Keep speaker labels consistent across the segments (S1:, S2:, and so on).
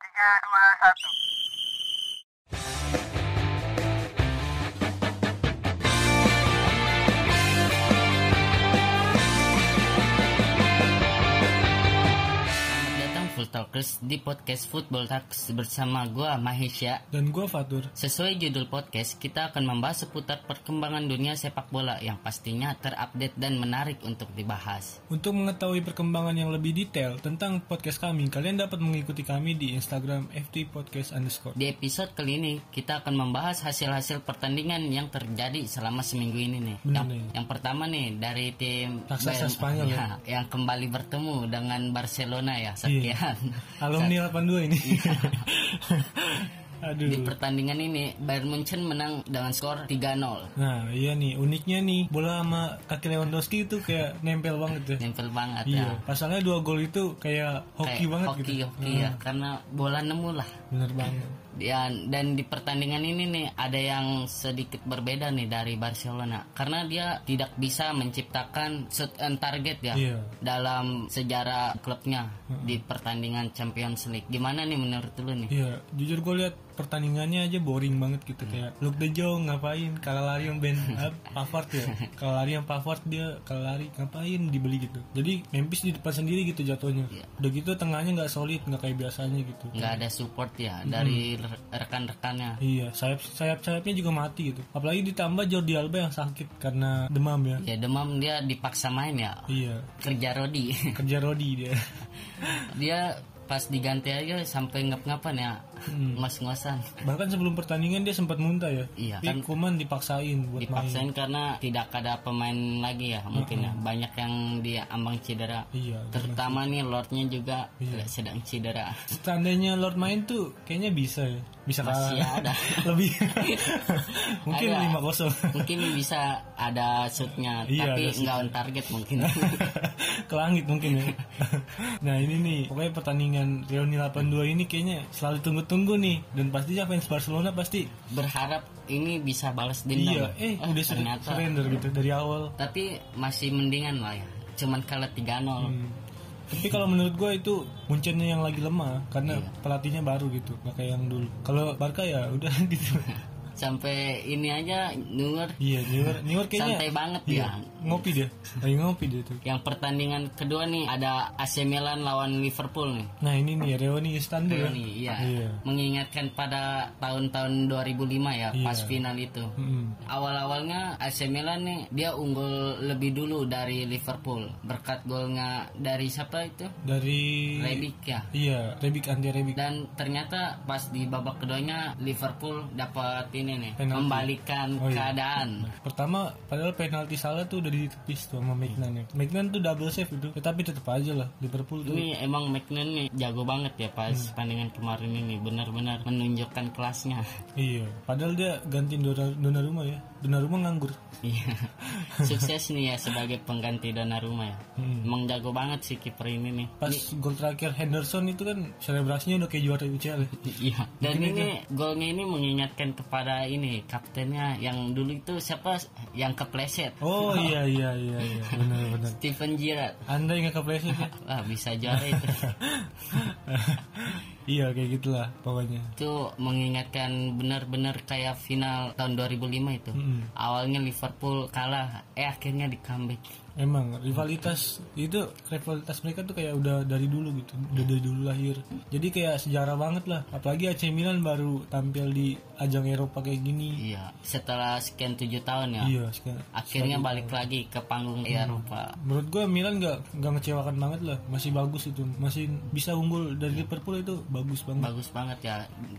S1: tiga dua satu
S2: Selamat datang Full Talkers di podcast Football Talks bersama gua Mahisya.
S3: Dan gue Fatur.
S2: Sesuai judul podcast, kita akan membahas seputar perkembangan dunia sepak bola yang pastinya terupdate dan menarik untuk dibahas.
S3: Untuk mengetahui perkembangan yang lebih detail tentang podcast kami, kalian dapat mengikuti kami di Instagram ftpodcast underscore.
S2: Di episode kali ini, kita akan membahas hasil-hasil pertandingan yang terjadi selama seminggu ini nih.
S3: Benar
S2: yang,
S3: nih.
S2: yang pertama nih dari tim
S3: Raksasa
S2: Bayern-
S3: Spanyol ya.
S2: yang kembali bertemu dengan Barcelona ya
S3: Iya.
S2: sekian.
S3: Alumni 82 ini.
S2: Iya.
S3: Aduh.
S2: Di pertandingan ini Bayern Munchen menang dengan skor 3-0.
S3: Nah, iya nih, uniknya nih, bola sama kaki Lewandowski itu kayak nempel banget ya.
S2: Nempel banget ya.
S3: Iya, pasalnya dua gol itu kayak hoki
S2: Kayak
S3: banget
S2: hoki,
S3: gitu.
S2: hoki ya, karena bola nemu lah.
S3: Bener banget.
S2: Dan, dan di pertandingan ini nih ada yang sedikit berbeda nih dari Barcelona karena dia tidak bisa menciptakan shoot on target ya
S3: Iya. Hmm.
S2: dalam sejarah klubnya di pertandingan Champions League. Gimana nih menurut lu nih?
S3: Iya, jujur gue lihat pertandingannya aja boring banget gitu
S2: Hmm.
S3: kayak Luke De Jong ngapain kalah lari yang Ben eh, Pavard ya. Kalah lari yang Pavard dia kalah lari ngapain dibeli gitu. Jadi Memphis di depan sendiri gitu jatuhnya.
S2: Iya.
S3: Udah gitu tengahnya nggak solid, nggak kayak biasanya gitu.
S2: nggak ada support ya dari
S3: Hmm.
S2: re- rekan-rekannya.
S3: Iya, sayap sayap sayapnya juga mati gitu. Apalagi ditambah Jordi Alba yang sakit karena demam ya.
S2: Ya demam dia dipaksa main ya
S3: Iya,
S2: kerja Rodi.
S3: kerja Rodi dia.
S2: dia pas diganti aja sampai ngap-ngapan ya
S3: Hmm.
S2: ngos-ngosan.
S3: Bahkan sebelum pertandingan dia sempat muntah ya.
S2: Iya,
S3: Tapi
S2: kan- Iya.
S3: Koeman dipaksain buat main.
S2: dipaksain karena tidak ada pemain lagi ya mungkin ya banyak yang dia ambang cedera
S3: Iya.
S2: terutama nih lordnya juga sedang cedera
S3: Seandainya Lord main tuh kayaknya bisa ya. Bisa kalah.
S2: masih ada
S3: Lebih. Mungkin
S2: Ada.
S3: 5-0.
S2: mungkin bisa ada shootnya
S3: Iya,
S2: tapi
S3: ada
S2: nggak on target mungkin
S3: Ke langit mungkin ya. nah ini nih, pokoknya pertandingan Reuni 82 ini kayaknya selalu tunggu-tunggu nih. Dan pastinya fans Barcelona pasti
S2: berharap ini bisa balas dendam
S3: iya. Eh,
S2: Oh,
S3: udah sur-
S2: ternyata
S3: surrender gitu dari awal.
S2: tapi masih mendingan lah ya cuman kalah 3-0
S3: Hmm. Tapi kalau menurut gue itu muncennya yang lagi
S2: Iya.
S3: lemah karena pelatihnya baru gitu, gak kayak yang dulu. Kalau Barca ya udah gitu.
S2: sampai ini aja Nur
S3: iya, Newer, Newer kayaknya
S2: santai banget
S3: iya,
S2: ya
S3: ngopi dia. Lagi ngopi dia tuh.
S2: yang pertandingan kedua nih ada AC Milan lawan Liverpool nih
S3: Nah ini nih Reuni Istanbul ya.
S2: Ini, iya.
S3: Iya.
S2: Mengingatkan pada tahun-tahun 2005 ya,
S3: Iya.
S2: pas final itu.
S3: Mm-mm.
S2: Awal-awalnya AC Milan nih dia unggul lebih dulu dari Liverpool berkat golnya dari siapa itu?
S3: Dari
S2: Rebic ya.
S3: iya Rebic anti Rebic.
S2: Dan ternyata pas di babak keduanya Liverpool dapat ini nih
S3: Penalti.
S2: membalikan
S3: Oh, iya.
S2: keadaan.
S3: Pertama padahal penalti salah tuh udah ditepis tuh sama Maignan ya. Maignan tuh double save itu, tapi tetap aja lah Liverpool tuh.
S2: Ini emang McNan nih jago banget ya pas
S3: Hmm.
S2: pertandingan kemarin ini benar-benar menunjukkan kelasnya.
S3: Iya, padahal dia gantiin Dona- Donnarumma ya. Donnarumma nganggur.
S2: Iya. Sukses nih ya sebagai pengganti Donnarumma ya.
S3: Hmm.
S2: Emang jago banget sih kiper ini nih.
S3: Pas gol terakhir Henderson itu kan selebrasinya udah kayak juara UCL. ya.
S2: Iya. Dan ini golnya ini mengingatkan kepada ini kaptennya yang dulu itu siapa yang kepleset.
S3: Oh iya iya iya iya benar benar.
S2: Steven Gerrard.
S3: Anda yang kepleset ya?
S2: Wah, bisa juara itu.
S3: iya kayak gitulah pokoknya.
S2: itu mengingatkan benar-benar kayak final tahun 2005 itu.
S3: Mm-mm.
S2: Awalnya Liverpool kalah, eh akhirnya di comeback.
S3: Emang rivalitas itu rivalitas mereka tuh kayak udah dari dulu gitu, udah dari dulu lahir. Jadi kayak sejarah banget lah. Apalagi AC Milan baru tampil di ajang Eropa kayak gini.
S2: Iya, setelah sekian tujuh tahun ya.
S3: Iya, sekarang.
S2: Akhirnya balik lagi ke panggung Eropa.
S3: Menurut gue Milan nggak nggak ngecewakan banget lah, masih bagus itu, masih bisa unggul dari Liverpool itu bagus banget.
S2: bagus banget ya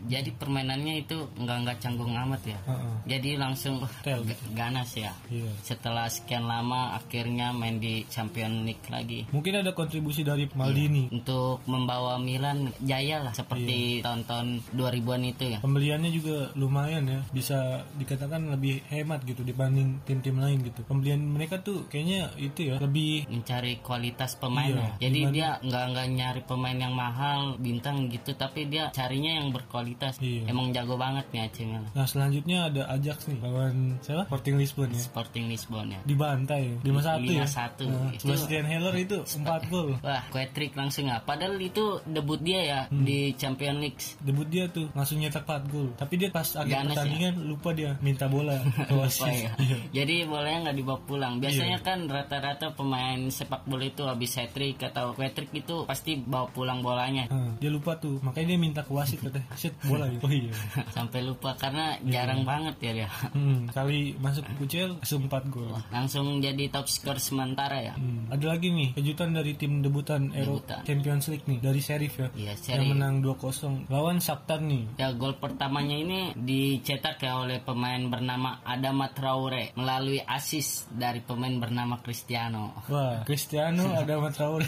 S2: jadi permainannya itu nggak nggak canggung amat ya
S3: Heeh.
S2: jadi langsung
S3: Tel.
S2: g- ganas ya
S3: Iya.
S2: setelah sekian lama akhirnya main di Champions League lagi
S3: Mungkin ada kontribusi dari Maldini.
S2: untuk membawa Milan jaya lah
S3: Iya.
S2: seperti tahun-tahun 2000-an itu ya
S3: Pembeliannya juga lumayan ya, bisa dikatakan lebih hemat gitu dibanding tim-tim lain gitu. Pembelian mereka tuh kayaknya itu ya lebih
S2: mencari kualitas pemain
S3: Iya,
S2: ya. jadi dia nggak nggak nyari pemain yang mahal bintang gitu tapi dia carinya yang berkualitas
S3: Iya.
S2: emang jago banget nih AC Milan
S3: Nah selanjutnya ada Ajax nih lawan siapa? Sporting Lisbon ya.
S2: Sporting Lisbon ya
S3: Dibantai 5-1 ya.
S2: hanya
S3: iya.
S2: satu
S3: Nah,
S2: itu
S3: Sebastian Heller itu 4 gol.
S2: wah Patrick langsung ya padahal itu debut dia ya
S3: Hmm.
S2: di Champions League
S3: Debut dia tuh langsung nyetak 4 gol. Tapi dia pas akhir
S2: Ganas ya.
S3: pertandingan lupa dia minta bola ke wasit.
S2: Wah, iya. Jadi bolanya nggak dibawa pulang. Biasanya kan rata-rata pemain sepak bola itu habis hat trick atau hat trick itu pasti bawa pulang bolanya.
S3: Nah, dia lupa tuh, makanya dia minta ke wasit katanya, "Shit, bola." gitu." Oh iya.
S2: Sampai lupa karena jarang banget ya dia.
S3: Hmm, kali masuk ke Kucel langsung 4 gol.
S2: Langsung jadi top skor sementara ya.
S3: Hmm, Ada lagi nih kejutan dari tim debutan
S2: Debutan.
S3: Eropa Champions League nih dari Sheriff ya.
S2: Iya,
S3: Yang
S2: seri.
S3: menang 2-0 lawan Shakhtar nih.
S2: Ya gol pertamanya ini dicetak ya oleh pemain bernama Adama Traore melalui assist dari pemain bernama Cristiano.
S3: Wah, Cristiano
S2: Iya.
S3: ada Traore.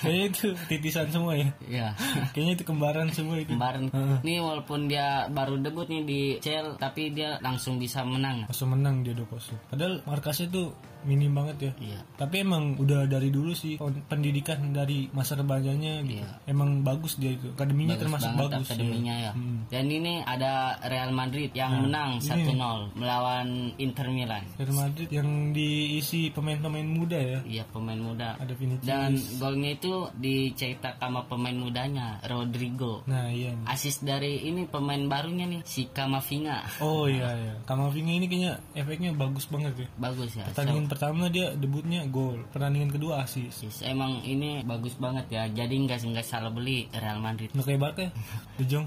S3: Kayaknya itu titisan semua ya.
S2: Ya.
S3: Kayaknya itu kembaran semua itu.
S2: Kemarin
S3: Heeh.
S2: nih walaupun dia baru debut nih di Chelsea tapi dia langsung bisa menang.
S3: Langsung menang dia 2-0. Padahal markasnya tuh minim banget ya.
S2: Iya.
S3: Tapi emang udah dari dulu sih pen- pendidikan dari masa remajanya gitu.
S2: Iya.
S3: Emang bagus dia itu. Akademinya
S2: Bagus
S3: termasuk
S2: banget
S3: bagus.
S2: akademinya ya.
S3: Hmm.
S2: Dan ini ada Real Madrid yang menang 1-0 melawan Inter Milan.
S3: Real Madrid yang diisi pemain-pemain muda ya.
S2: Iya pemain muda.
S3: Ada Vinicius.
S2: Dan golnya itu dicetak sama pemain mudanya Rodrigo.
S3: Nah, iya. nih.
S2: Asis dari ini pemain barunya nih si Kamavinga.
S3: Oh iya iya. Kamavinga ini kayaknya efeknya bagus banget ya.
S2: Bagus ya.
S3: Pertandingan pertama dia debutnya gol, pertandingan kedua asis.
S2: Asis. Emang ini bagus banget ya. Jadi nggak nggak salah beli Real Madrid.
S3: Nggak kayak Barca ya, De Jong.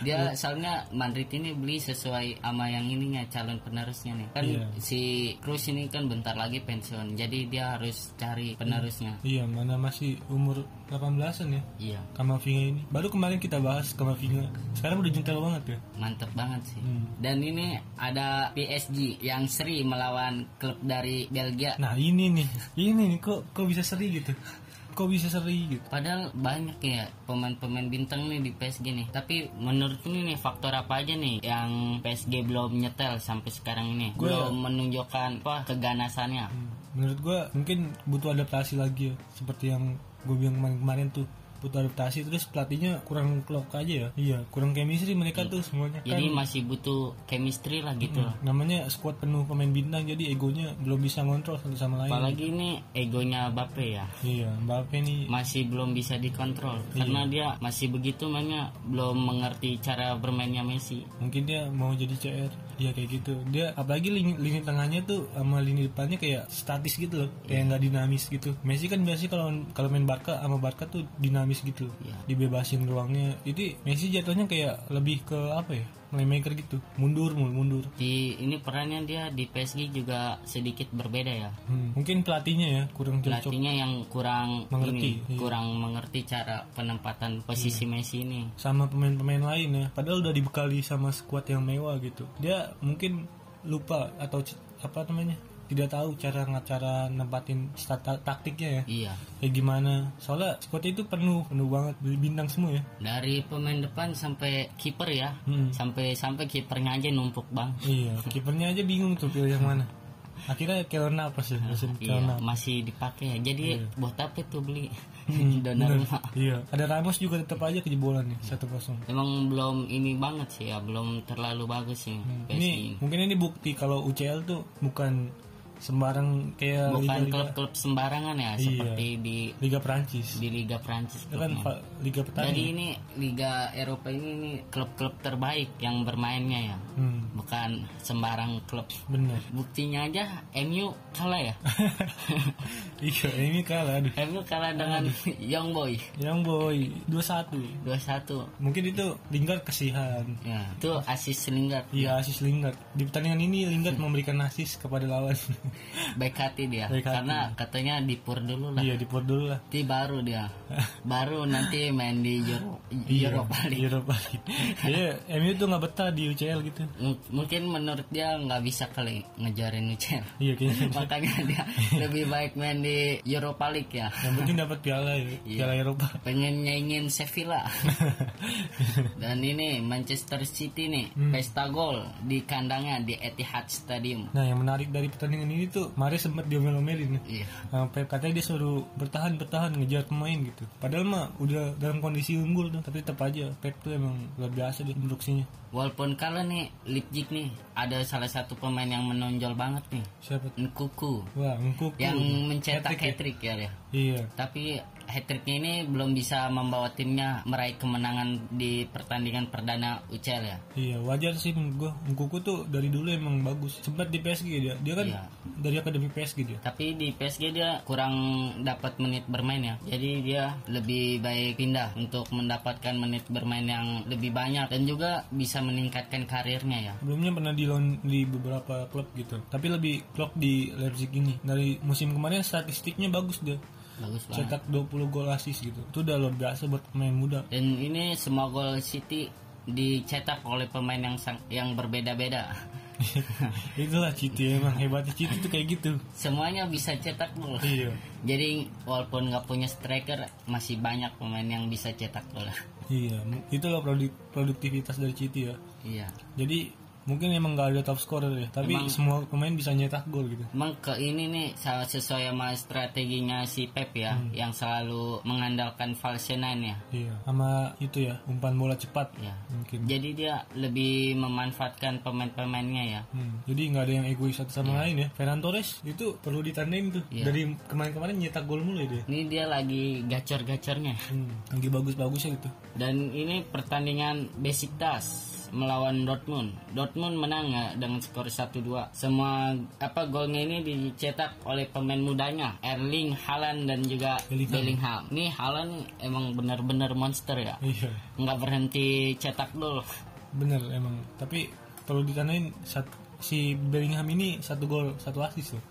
S2: Dia
S3: Iya.
S2: soalnya Madrid ini beli sesuai sama yang ininya calon penerusnya nih. Kan
S3: Iya.
S2: si Cruz ini kan bentar lagi pensiun. Jadi dia harus cari penerusnya.
S3: iya, mana masih umur 18-an ya.
S2: Iya,
S3: Kamavinga ini. Baru kemarin kita bahas Kamavinga. Sekarang udah jentel banget ya.
S2: mantep banget sih.
S3: Hmm.
S2: Dan ini ada PSG yang seri melawan klub dari Belgia.
S3: Nah, ini nih. Ini nih kok kok bisa seri gitu. Kok bisa seri gitu.
S2: Padahal banyak ya pemain-pemain bintang nih di PSG nih. Tapi menurut ini nih faktor apa aja nih yang PSG belum nyetel sampai sekarang ini?
S3: Gua- Hmm.
S2: belum menunjukkan apa keganasannya.
S3: Menurut gua mungkin butuh adaptasi lagi ya, seperti yang gue bilang kemarin-kemarin tuh butuh adaptasi terus pelatihnya kurang klop aja ya iya kurang chemistry mereka tuh semuanya kan Hmm.
S2: Jadi masih butuh chemistry lah gitu. loh.
S3: namanya squad penuh pemain bintang jadi egonya belum bisa ngontrol satu sama lain
S2: Apalagi ini egonya Bape ya.
S3: iya Mbappe nih
S2: Masih belum bisa dikontrol
S3: Iya.
S2: karena dia masih begitu mainnya belum mengerti cara bermainnya Messi.
S3: mungkin dia mau jadi CR dia kayak gitu dia apalagi lini, lini tengahnya tuh sama lini depannya kayak statis gitu loh kayak nggak dinamis gitu Messi kan biasanya kalau kalau main Barca sama Barca tuh dinamis gitu
S2: Iya.
S3: dibebasin ruangnya jadi Messi jatuhnya kayak lebih ke apa ya playmaker gitu mundur mulu mundur
S2: Di ini perannya dia di PSG juga sedikit berbeda ya.
S3: Hmm, mungkin pelatihnya ya kurang cocok
S2: Pelatihnya yang kurang
S3: Mengerti,
S2: ini,
S3: iya.
S2: kurang mengerti cara penempatan posisi Messi ini.
S3: sama pemain-pemain lain ya padahal udah dibekali sama skuad yang mewah gitu dia mungkin lupa atau c- apa namanya tidak tahu cara cara nempatin stata- taktiknya ya
S2: Iya.
S3: kayak gimana soalnya skuad itu penuh penuh banget bintang semua ya
S2: Dari pemain depan sampai kiper ya.
S3: Hmm.
S2: Sampai sampai kipernya aja numpuk, Bang.
S3: iya kipernya aja bingung tuh pilih yang mana akhirnya Kelon apa sih mesin
S2: Iya,
S3: Kelona.
S2: masih dipakai ya. Jadi buat apa tuh beli
S3: Iya. Hmm,
S2: Donnarumma?
S3: iya ada Ramos juga tetap aja kejebolan nih satu kosong
S2: Emang belum ini banget sih ya, belum terlalu bagus sih PSG
S3: Hmm. ini
S2: ini.
S3: mungkin ini bukti kalau UCL tuh bukan sembarang kayak
S2: Bukan
S3: liga, Iya.
S2: klub-klub sembarangan ya, seperti di
S3: liga Perancis
S2: di Liga Prancis.
S3: itu kan
S2: klubnya.
S3: fa- liga petani
S2: Jadi ini Liga Eropa ini ini klub-klub terbaik yang bermainnya ya.
S3: hmm,
S2: Bukan sembarang klub.
S3: bener
S2: Buktinya aja MU kalah ya.
S3: iya ini kalah aduh
S2: MU kalah dengan Young Boy
S3: yang boy 21
S2: 2-1.
S3: mungkin itu Lingard kesihan
S2: Ya, itu asis Lingard.
S3: iya asis Lingard di pertandingan ini Lingard memberikan asis kepada lawan
S2: Baik hati dia.
S3: Baik hati.
S2: Karena katanya dipur dulu lah.
S3: iya di Port dulu lah
S2: Nanti baru dia. baru nanti main di Euro Europa League.
S3: Iya, Europa League iya MU tuh nggak betah di UCL gitu
S2: M- mungkin menurut dia nggak bisa kali ngejarin UCL.
S3: iya kayaknya
S2: Makanya dia lebih baik main di Europa League ya.
S3: yang penting dapat piala
S2: Iya.
S3: ya piala Eropa
S2: pengen nyaingin Sevilla dan ini Manchester
S3: Hmm.
S2: City nih pesta gol di kandangnya di Etihad Stadium
S3: nah yang menarik dari pertandingan ini tuh Mares sempat diomel-omelin
S2: Iya.
S3: Nah, Pep katanya dia suruh bertahan bertahan ngejar pemain gitu. Padahal mah udah dalam kondisi unggul tuh, tapi tetap aja Pep tuh emang luar biasa dia produksinya.
S2: Walaupun kalah nih Leipzig nih ada salah satu pemain yang menonjol banget nih
S3: Siapa? tuh?
S2: Nkuku
S3: Wah, Ngkuku.
S2: yang mencetak
S3: Hat-trick ya?
S2: hat trick ya dia.
S3: Iya.
S2: Tapi hat tricknya ini belum bisa membawa timnya meraih kemenangan di pertandingan perdana UCL ya.
S3: Iya wajar sih menurut gua Ngkuku tuh dari dulu emang bagus Sempat di PSG dia Dia kan
S2: Iya.
S3: dari akademi PSG dia
S2: Tapi di PSG dia kurang dapat menit bermain ya. Jadi dia lebih baik pindah untuk mendapatkan menit bermain yang lebih banyak dan juga bisa meningkatkan karirnya ya.
S3: Sebelumnya pernah di loan di beberapa klub gitu Tapi lebih klub di Leipzig ini Dari musim kemarin statistiknya bagus dia
S2: Bagus banget.
S3: Cetak 20 gol assist gitu Itu udah luar biasa buat pemain muda
S2: Dan ini semua gol City dicetak oleh pemain yang sang- yang berbeda-beda.
S3: Itulah Citi emang Hebatnya Citi tuh kayak gitu
S2: Semuanya bisa cetak gol.
S3: Iya
S2: Jadi walaupun nggak punya striker masih banyak pemain yang bisa cetak gol.
S3: Iya Itulah produ- produktivitas dari Citi ya
S2: iya.
S3: Jadi mungkin emang gak ada top scorer ya Tapi semua pemain bisa nyetak gol gitu
S2: Emang ke ini nih salah sesuai sama strateginya si Pep ya yang selalu mengandalkan false nine ya.
S3: Iya Sama itu ya Umpan bola cepat
S2: Iya.
S3: Mungkin
S2: Jadi dia lebih memanfaatkan pemain-pemainnya ya.
S3: Hmm, jadi nggak ada yang egois satu sama lain ya. Ferran Torres itu perlu ditandain tuh.
S2: Iya.
S3: Dari kemarin-kemarin nyetak gol mulu ya dia.
S2: Ini dia lagi gacor-gacornya.
S3: Hmm, lagi bagus-bagusnya gitu.
S2: Dan ini pertandingan Besiktas melawan Dortmund. Dortmund menang ya dengan skor 1-2. Semua apa golnya ini dicetak oleh pemain mudanya Erling Haaland dan juga
S3: Bellingham.
S2: Bellingham. Nih Haaland nih emang benar-benar monster ya.
S3: Iya,
S2: Nggak berhenti cetak gol.
S3: bener emang. Tapi perlu ditandain sat- si Bellingham ini satu gol satu assist loh.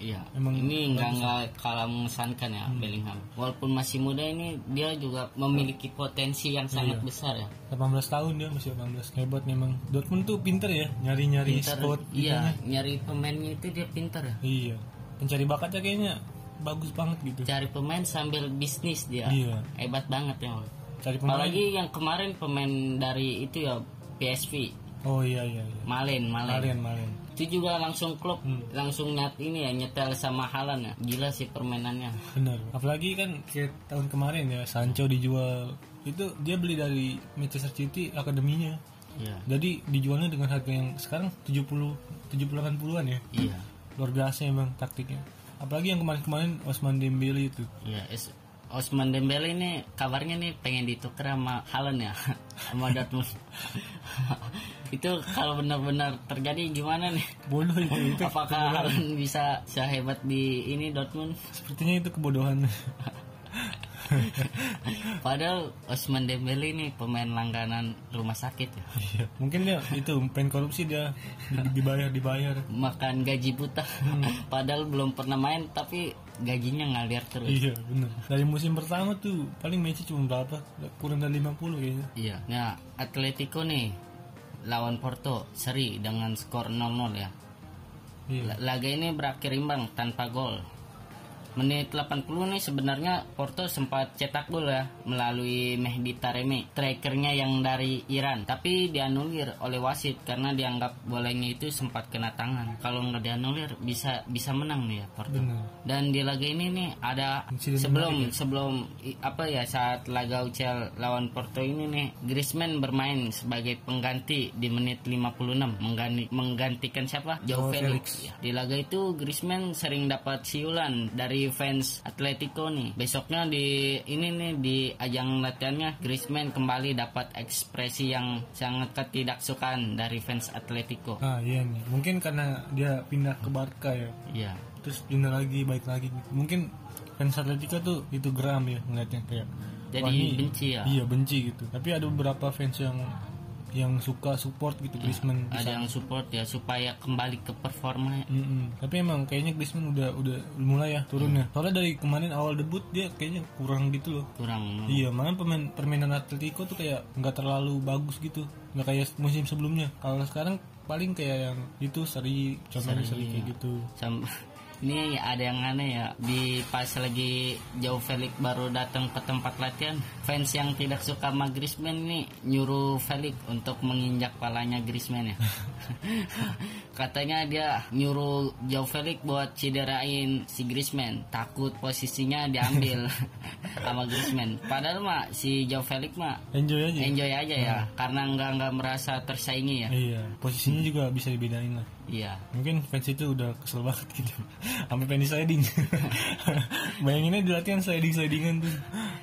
S2: Iya.
S3: Emang Hmm.
S2: ini nggak nggak kalah mengesankan ya Bellingham. Walaupun masih muda ini dia juga memiliki potensi
S3: Iya.
S2: yang sangat besar ya.
S3: 18 tahun dia masih 18 hebat memang. Dortmund tuh pinter ya nyari-nyari
S2: Pintar-
S3: spot. gitu kan.
S2: iya, nyari pemainnya itu dia pintar ya.
S3: Iya. Pencari bakatnya kayaknya bagus banget gitu.
S2: cari pemain sambil bisnis dia
S3: Iya.
S2: hebat banget ya
S3: Cari pemain.
S2: apalagi yang kemarin pemain dari itu ya PSV
S3: Oh iya iya iya.
S2: Malen Malen
S3: Malen Hmm. Malen.
S2: itu juga langsung klub langsung nyat ini ya nyetel sama Halan ya gila sih permainannya
S3: Benar. Apalagi kan kayak tahun kemarin ya Sancho dijual itu dia beli dari Manchester City akademinya.
S2: iya
S3: Jadi dijualnya dengan harga yang sekarang 70 70-80-an ya.
S2: iya
S3: Luar biasa emang taktiknya. Apalagi yang kemarin-kemarin Osman Dembele itu.
S2: iya Es- Osman Dembele ini kabarnya nih pengen ditukar sama Halan ya sama Dortmund itu kalau benar-benar terjadi gimana nih
S3: Bodoh itu ya. itu.
S2: apakah Halan bisa sehebat di ini Dortmund
S3: Sepertinya itu kebodohan.
S2: Padahal Osman Dembele ini pemain langganan rumah sakit ya.
S3: Iya. Mungkin dia itu pengen korupsi dia Di- dibayar dibayar.
S2: Makan gaji buta. Padahal belum pernah main tapi gajinya ngalir terus.
S3: Iya, benar. Dari musim pertama tuh paling Messi cuma berapa? Kurang dari 50 kayaknya.
S2: Iya. Nah, Atletico nih lawan Porto seri dengan skor 0-0 ya.
S3: Iya.
S2: La- Laga ini berakhir imbang tanpa gol. Menit 80 nih sebenarnya Porto sempat cetak gol ya melalui Mehdi Taremi, strikernya yang dari Iran. Tapi dianulir oleh wasit karena dianggap bolanya itu sempat kena tangan. Kalau nggak dianulir bisa bisa menang nih ya Porto.
S3: Benar.
S2: Dan di laga ini nih ada
S3: Insiden
S2: sebelum sebelum i- apa ya saat laga UCL lawan Porto ini nih Griezmann bermain sebagai pengganti di menit 56 mengganti, menggantikan siapa? Joao
S3: Joao
S2: Felix. Ya, Di laga itu Griezmann sering dapat siulan dari fans Atletico nih. Besoknya di ini nih di ajang latihannya Griezmann kembali dapat ekspresi yang sangat ketidaksukaan dari fans Atletico.
S3: Ah iya nih, mungkin karena dia pindah ke Barca ya,
S2: Iya.
S3: terus pindah lagi baik lagi. Mungkin fans Atletico tuh itu geram ya ngeliatnya kayak
S2: Jadi
S3: wah, ini-
S2: benci ya.
S3: Iya benci gitu. Tapi ada beberapa fans yang yang suka support gitu Griezmann.
S2: Iya, Ada yang support ya supaya kembali ke performa ya.
S3: Mm-mm. Tapi emang kayaknya Griezmann udah udah mulai
S2: Iya.
S3: ya turunnya. Soalnya dari kemarin awal debut dia kayaknya kurang gitu loh.
S2: kurang
S3: Iya, malah pemain permainan Atletico tuh kayak nggak terlalu bagus gitu, nggak kayak musim
S2: iya.
S3: sebelumnya. Kalau sekarang paling kayak yang itu seri, contohnya seri, kayak gitu.
S2: Sam- Ini ada yang aneh ya. Di pas lagi Jauh Felix baru datang ke tempat latihan, fans yang tidak suka sama Griezmann nih nyuruh Felix untuk menginjak palanya Griezmann ya. Katanya dia nyuruh Jauh Felix buat cederain si Griezmann, takut posisinya diambil sama Griezmann. Padahal mah si Jauh Felix mah
S3: enjoy aja
S2: enjoy aja ya, karena nggak nggak merasa tersaingi ya.
S3: iya posisinya juga bisa dibedain lah
S2: Iya.
S3: mungkin fans itu udah kesel banget gitu sampai pengen sliding bayanginnya di latihan sliding slidingan tuh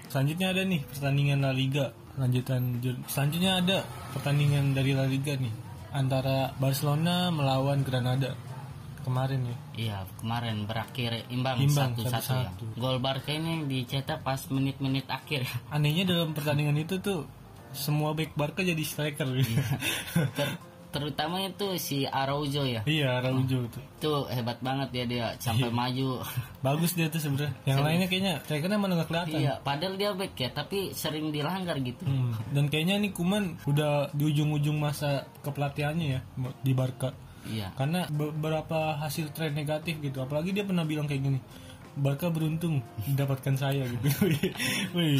S3: selanjutnya ada nih pertandingan La Liga lanjutan jur- selanjutnya ada pertandingan dari La Liga nih antara Barcelona melawan Granada kemarin ya
S2: Iya, kemarin berakhir imbang
S3: Imbang,
S2: satu-satu ya.
S3: satu-satu.
S2: Gol Barca ini dicetak pas menit-menit akhir.
S3: anehnya dalam pertandingan itu tuh semua back Barca jadi striker
S2: Ter- terutama itu si Araujo ya.
S3: iya Araujo tuh
S2: Itu hebat banget ya dia sampai
S3: Iya.
S2: maju.
S3: bagus dia tuh sebenarnya yang lainnya kayaknya strikernya mana nggak kelihatan
S2: iya, padahal dia back ya, tapi sering dilanggar gitu.
S3: Hmm, Dan kayaknya nih Kuman udah di ujung-ujung masa kepelatihannya ya di Barca.
S2: Iya.
S3: Karena beberapa hasil tren negatif gitu. Apalagi dia pernah bilang kayak gini. Barca beruntung mendapatkan saya gitu. Wih.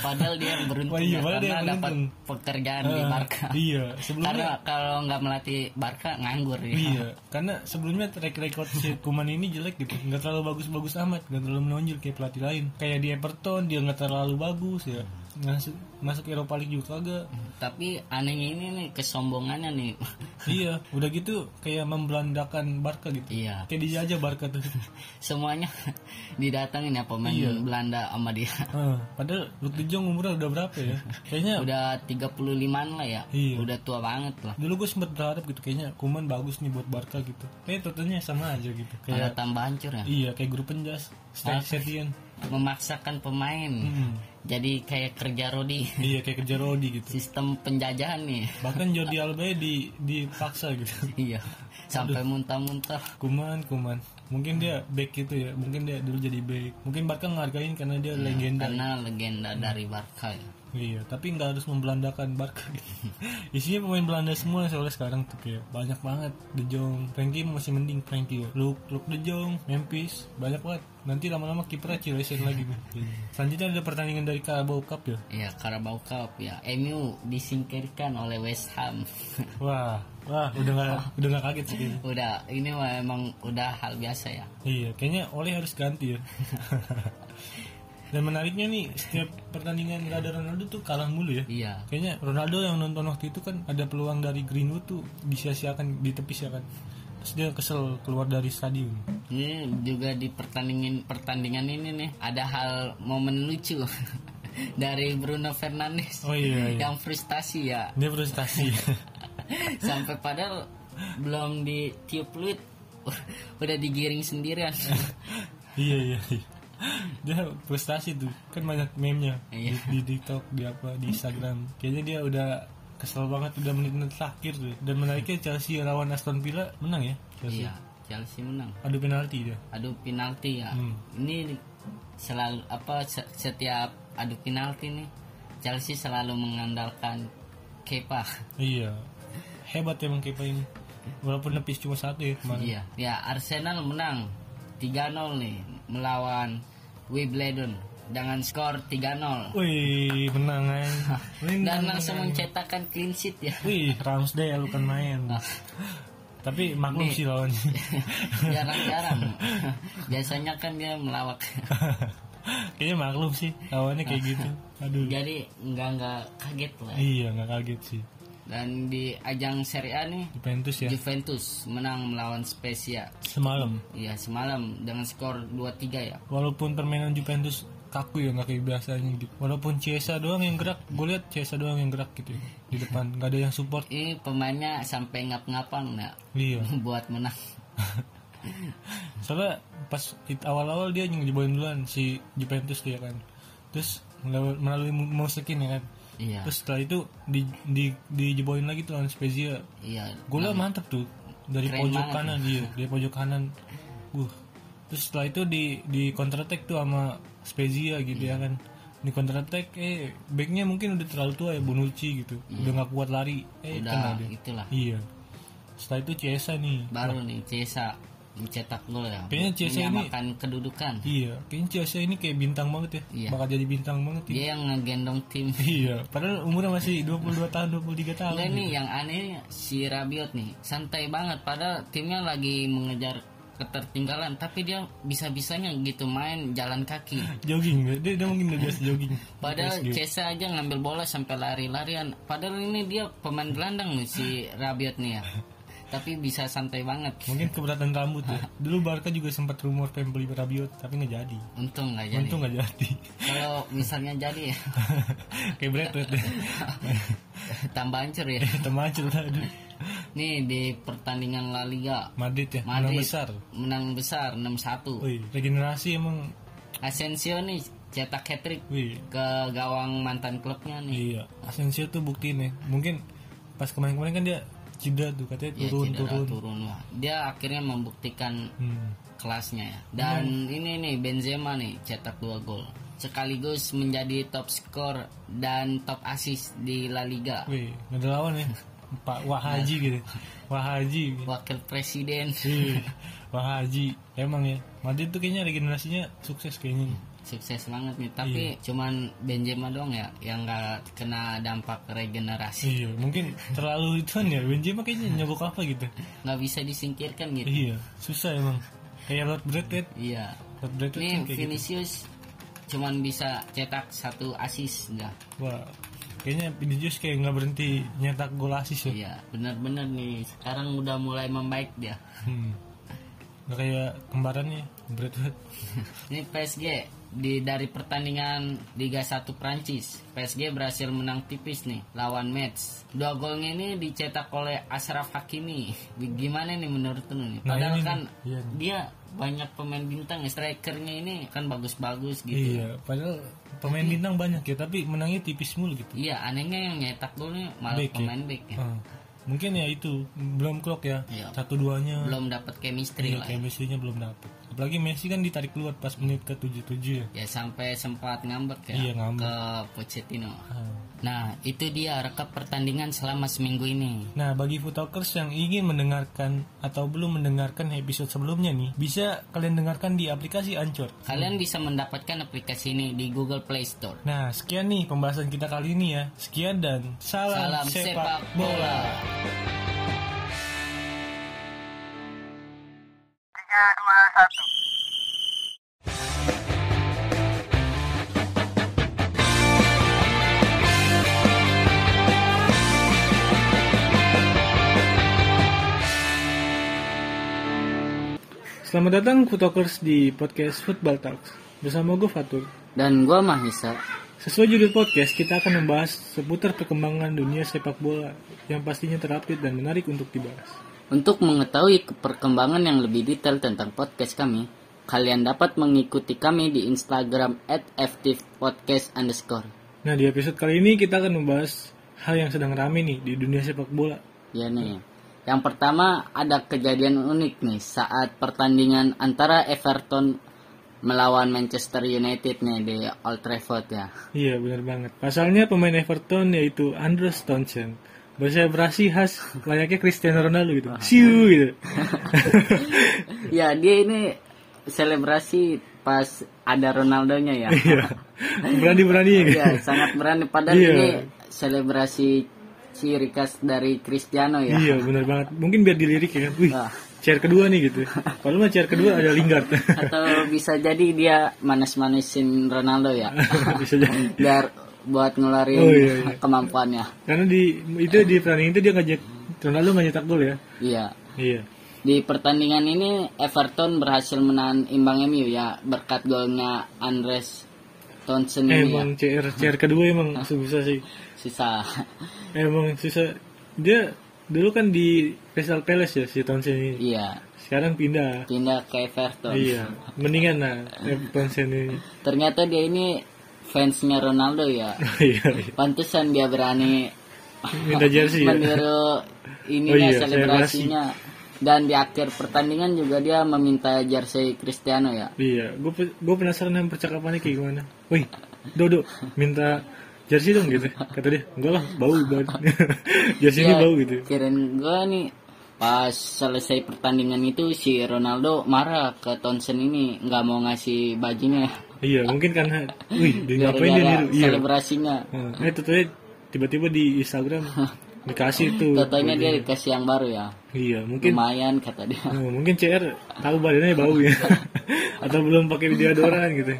S2: Padahal dia beruntung
S3: Wah, iya,
S2: ya,
S3: padahal dia
S2: karena dapat
S3: beruntung.
S2: pekerjaan di Barca.
S3: iya, sebelumnya
S2: Karena kalau nggak melatih Barca nganggur ya.
S3: Iya, karena sebelumnya track record si Kuman ini jelek gitu, nggak terlalu bagus-bagus amat, nggak terlalu menonjol kayak pelatih lain. Kayak di Everton dia nggak terlalu bagus ya, masuk masuk Eropa League juga kagak.
S2: Tapi anehnya ini nih kesombongannya nih.
S3: iya, udah gitu kayak membelandakan Barca gitu.
S2: iya.
S3: Kayak dijajah Barca tuh.
S2: Semuanya didatangin ya pemain
S3: Iya.
S2: Belanda sama dia.
S3: Heeh, padahal Luke de Jong umurnya udah berapa ya? Kayaknya
S2: udah 35-an lah ya.
S3: Iya.
S2: Udah tua banget lah.
S3: dulu gue sempet berharap gitu kayaknya Kuman bagus nih buat Barca gitu. Kayak totalnya sama aja gitu.
S2: Ada
S3: Kayak
S2: tambah hancur ya.
S3: iya kayak grup penjas, Stay Setien.
S2: Memaksakan pemain.
S3: Hmm.
S2: Jadi kayak kerja Rodi.
S3: Iya kayak kerja Rodi gitu.
S2: Sistem penjajahan nih.
S3: Bahkan Jordi Alba di dipaksa gitu.
S2: iya. Sampai muntah-muntah.
S3: Kuman, Kuman. Mungkin dia back gitu ya. Mungkin dia dulu jadi back. Mungkin Barca ngehargain karena dia legenda.
S2: Karena legenda
S3: Hmm.
S2: dari Barca ya.
S3: Iya, tapi nggak harus membelandakan Barca. Isinya pemain Belanda semua soalnya sekarang tuh kayak banyak banget. De Jong, Frankie masih mending Frankie. Luke, Luke De Jong, Memphis, banyak banget. Nanti lama-lama kipernya cilesin lagi. nih. Selanjutnya ada pertandingan dari Carabao Cup ya.
S2: Ya Carabao Cup ya. MU disingkirkan oleh West Ham.
S3: Wah, wah udah nggak udah nggak kaget sih. kayaknya.
S2: udah ini mah emang udah hal biasa ya.
S3: Iya, kayaknya oleh harus ganti ya. Dan menariknya nih, setiap pertandingan nggak ada Ronaldo tuh kalah mulu ya.
S2: Iya.
S3: Kayaknya Ronaldo yang nonton waktu itu kan ada peluang dari Greenwood tuh disia-siakan, ditepis ya kan. Terus dia kesel keluar dari stadion.
S2: Ini juga di pertandingan pertandingan ini nih ada hal momen lucu dari Bruno Fernandes
S3: Oh iya, iya.
S2: yang frustasi ya
S3: Dia frustasi.
S2: sampai padahal belum ditiup peluit udah digiring sendirian
S3: iya, iya, iya. Dia frustasi tuh. Kan banyak meme-nya
S2: Iya.
S3: di, di TikTok, di apa, di Instagram. Kayaknya dia udah kesel banget udah menit-menit terakhir tuh. Dan menariknya Chelsea lawan Aston Villa menang ya. Chelsea.
S2: iya Chelsea menang
S3: Adu penalti dia.
S2: adu penalti ya
S3: Hmm.
S2: ini selalu apa se- setiap adu penalti nih Chelsea selalu mengandalkan Kepa
S3: Iya. Hebat emang Kepa ini. Walaupun nepis cuma satu ya kemarin.
S2: Iya, ya Arsenal menang 3-0 nih melawan Wimbledon dengan skor 3-0
S3: Wih, menang eh. kan.
S2: dan langsung mencetakkan clean sheet ya.
S3: Wih, Ramsdale lu kan main. Tapi maklum sih lawannya.
S2: Jarang-jarang. Biasanya kan dia melawak.
S3: Kayaknya maklum sih lawannya kayak gitu. Aduh.
S2: Jadi nggak nggak kaget lah.
S3: Iya, nggak kaget sih.
S2: Dan di ajang Serie A nih
S3: Juventus ya
S2: Juventus menang melawan Spezia.
S3: semalam.
S2: Iya semalam dengan skor 2-3 ya.
S3: Walaupun permainan Juventus kaku ya nggak kayak biasanya gitu. Walaupun Chiesa doang yang gerak, gue lihat Chiesa doang yang gerak gitu ya, di depan. Nggak ada yang support.
S2: Ini pemainnya sampai ngap-ngapang nah
S3: Iya.
S2: buat menang.
S3: Soalnya pas it- awal-awal dia ngejeboin duluan si Juventus dia kan. Terus melaw- melalui Mosekin ya kan.
S2: Iya.
S3: Terus setelah itu di di dijeboin lagi tuh lawan Spezia.
S2: Iya.
S3: Golnya mantep tuh dari
S2: Keren
S3: pojok
S2: banget
S3: kanan dia, dari pojok kanan. Uh. Terus setelah itu di di counter attack tuh sama Spezia gitu
S2: Iya.
S3: ya kan. Di counter attack eh backnya mungkin udah terlalu tua ya Bonucci gitu. Udah nggak kuat lari. Eh kena
S2: Iya. Udah
S3: dia.
S2: itulah.
S3: Iya. Setelah itu Chiesa nih.
S2: baru nih Cesa mencetak gol ya.
S3: Kayaknya CSI ini-
S2: Menyamakan kedudukan.
S3: Iya, kayaknya Ciasa ini kayak bintang banget ya.
S2: Iya.
S3: Bakal jadi bintang banget ya.
S2: Dia yang ngegendong tim.
S3: Iya, padahal umurnya masih 22 tahun, 23 tahun.
S2: Enggak nih yang aneh si Rabiot nih santai banget padahal timnya lagi mengejar ketertinggalan tapi dia bisa-bisanya gitu main jalan kaki.
S3: Jogging, dia, dia mungkin udah biasa jogging.
S2: Padahal
S3: PSG.
S2: Cesa aja ngambil bola sampai lari-larian. Padahal ini dia pemain gelandang nih si Rabiot nih ya. Tapi bisa santai banget.
S3: Mungkin keberatan rambut ya. Dulu Barca juga sempat rumor pengen beli Rabiot, tapi nggak jadi.
S2: Untung nggak jadi.
S3: Untung nggak jadi.
S2: Kalau misalnya jadi ya
S3: kayak Bradford ya.
S2: tambah hancur ya.
S3: Teman aja lah, aduh.
S2: Nih di pertandingan La Liga
S3: Madrid ya,
S2: Madrid.
S3: menang besar.
S2: menang besar 6-1.
S3: Wih, regenerasi emang.
S2: Asensio nih cetak hat-trick
S3: Wih,
S2: ke gawang mantan klubnya nih.
S3: iya. Asensio tuh buktiin ya. Mungkin pas kemarin-kemarin kan dia cedera tuh katanya
S2: Ya,
S3: turun
S2: cedera,
S3: turun.
S2: turun lah. Dia akhirnya membuktikan
S3: Hmm.
S2: kelasnya ya. Dan
S3: Iya.
S2: ini nih Benzema nih cetak dua gol sekaligus menjadi top skor dan top assist di La Liga.
S3: Wih, nggak ada lawan ya. Pak Wahaji gitu. Wahaji.
S2: Wakil presiden
S3: Wih, Wahaji. Emang ya. Madrid tuh kayaknya regenerasinya sukses kayaknya.
S2: sukses banget nih. Tapi
S3: Iya.
S2: cuman Benzema doang ya yang nggak kena dampak regenerasi.
S3: Iya, mungkin terlalu ituan ya. Benzema kayaknya nyogok apa gitu.
S2: nggak bisa disingkirkan gitu.
S3: Iya, susah emang. Kayak Rod Bradford.
S2: Iya.
S3: Rod Bradford kan
S2: Ini
S3: kayak gitu.
S2: Vinicius cuman bisa cetak satu assist dah.
S3: Wah, kayaknya Vinicius kayak nggak berhenti nyetak gol asis ya.
S2: Iya, benar-benar nih. Sekarang udah mulai membaik dia.
S3: Hmm. Nggak kayak kembarannya Bradford.
S2: Ini PSG di dari pertandingan Liga 1 Prancis. PSG berhasil menang tipis nih lawan Metz. Dua golnya ini dicetak oleh Ashraf Hakimi. Gimana nih menurut lu nih?
S3: Nah,
S2: Padahal
S3: ini
S2: kan
S3: nih. Iya nih.
S2: dia banyak pemain bintang ya. strikernya ini kan bagus-bagus gitu.
S3: Iya, padahal pemain bintang banyak ya, tapi menangnya tipis mulu gitu.
S2: Iya, anehnya yang nyetak golnya malah
S3: Back ya?
S2: pemain back ya.
S3: Hmm. Mungkin ya itu belum klok ya.
S2: Iya.
S3: Satu duanya
S2: Belum dapat chemistry
S3: Iya,
S2: lah. ya.
S3: chemistry-nya belum dapet. Apalagi Messi kan ditarik keluar pas menit ke 77 ya.
S2: Ya sampai sempat ngambek ya
S3: Iya, ngambek.
S2: ke Pochettino.
S3: Ah.
S2: Nah, itu dia rekap pertandingan selama seminggu ini.
S3: Nah, bagi Futokers yang ingin mendengarkan atau belum mendengarkan episode sebelumnya nih, bisa kalian dengarkan di aplikasi Anchor.
S2: Kalian bisa mendapatkan aplikasi ini di Google Play Store.
S3: Nah, sekian nih pembahasan kita kali ini ya. Sekian dan salam,
S2: Salam sepak bola.
S3: Selamat datang Futokers di podcast Football Talks bersama gue Fatur.
S2: Dan gua Mahisa.
S3: Sesuai judul podcast, kita akan membahas seputar perkembangan dunia sepak bola yang pastinya terupdate dan menarik untuk dibahas.
S2: Untuk mengetahui perkembangan yang lebih detail tentang podcast kami, kalian dapat mengikuti kami di Instagram @ftvpodcast underscore.
S3: Nah, di episode kali ini kita akan membahas hal yang sedang rame nih di dunia sepak bola.
S2: Ya nih. Yang pertama ada kejadian unik nih saat pertandingan antara Everton melawan Manchester United nih di Old Trafford ya.
S3: Iya, benar banget. Pasalnya pemain Everton yaitu Andros Townsend berselebrasi khas layaknya Cristiano Ronaldo gitu.
S2: Ah.
S3: Siu gitu.
S2: Ya dia ini selebrasi pas ada Ronaldonya ya.
S3: Iya. Berani-berani gitu.
S2: Iya sangat berani padahal
S3: Iya.
S2: ini selebrasi ciri khas dari Cristiano ya.
S3: Iya, benar banget. Mungkin biar dilirik ya. Wih,
S2: Ah.
S3: chair kedua nih gitu. Kalau mah chair kedua ada Lingard.
S2: Atau bisa jadi dia manis-manisin Ronaldo ya.
S3: Bisa jadi.
S2: Biar buat ngeluarin
S3: Oh, iya, iya.
S2: kemampuannya.
S3: Karena di itu di pertandingan itu dia ngajak Ronaldo nggak nyetak gol ya.
S2: Iya.
S3: Iya.
S2: Di pertandingan ini Everton berhasil menahan imbang MU ya berkat golnya Andres Townsend ini ya.
S3: Emang CR CR kedua emang
S2: Ah.
S3: susah sih.
S2: Sisa.
S3: Emang susah. Dia dulu kan di Crystal Palace ya si Townsend ini.
S2: iya.
S3: Sekarang pindah.
S2: Pindah ke Everton.
S3: Iya. Mendingan nah eh, Townsend ini.
S2: Ternyata dia ini fansnya Ronaldo ya.
S3: Iya. iya.
S2: Pantesan dia berani
S3: Minta jersey ya.
S2: meniru ininya
S3: Oh iya,
S2: selebrasinya. Dan di akhir pertandingan juga dia meminta jersey Cristiano ya.
S3: Iya. Gue gue penasaran sama percakapannya kayak gimana. Wih, Dodo minta jersey dong gitu. Kata dia, enggak lah, bau banget. jersey ini
S2: Iya,
S3: bau gitu.
S2: Kirain gue nih Pas selesai pertandingan itu si Ronaldo marah ke Thompson ini nggak mau ngasih bajunya.
S3: Iya, mungkin karena wih, dia ngapain dia
S2: Gara-gara
S3: niru? Iya.
S2: selebrasinya.
S3: Nah, eh tentunya tiba-tiba di Instagram dikasih tuh.
S2: Totonya dia dikasih yang baru ya.
S3: Iya, mungkin
S2: Lumayan kata dia.
S3: eh, mungkin CR tahu badannya bau ya. Atau belum pakai deodoran gitu.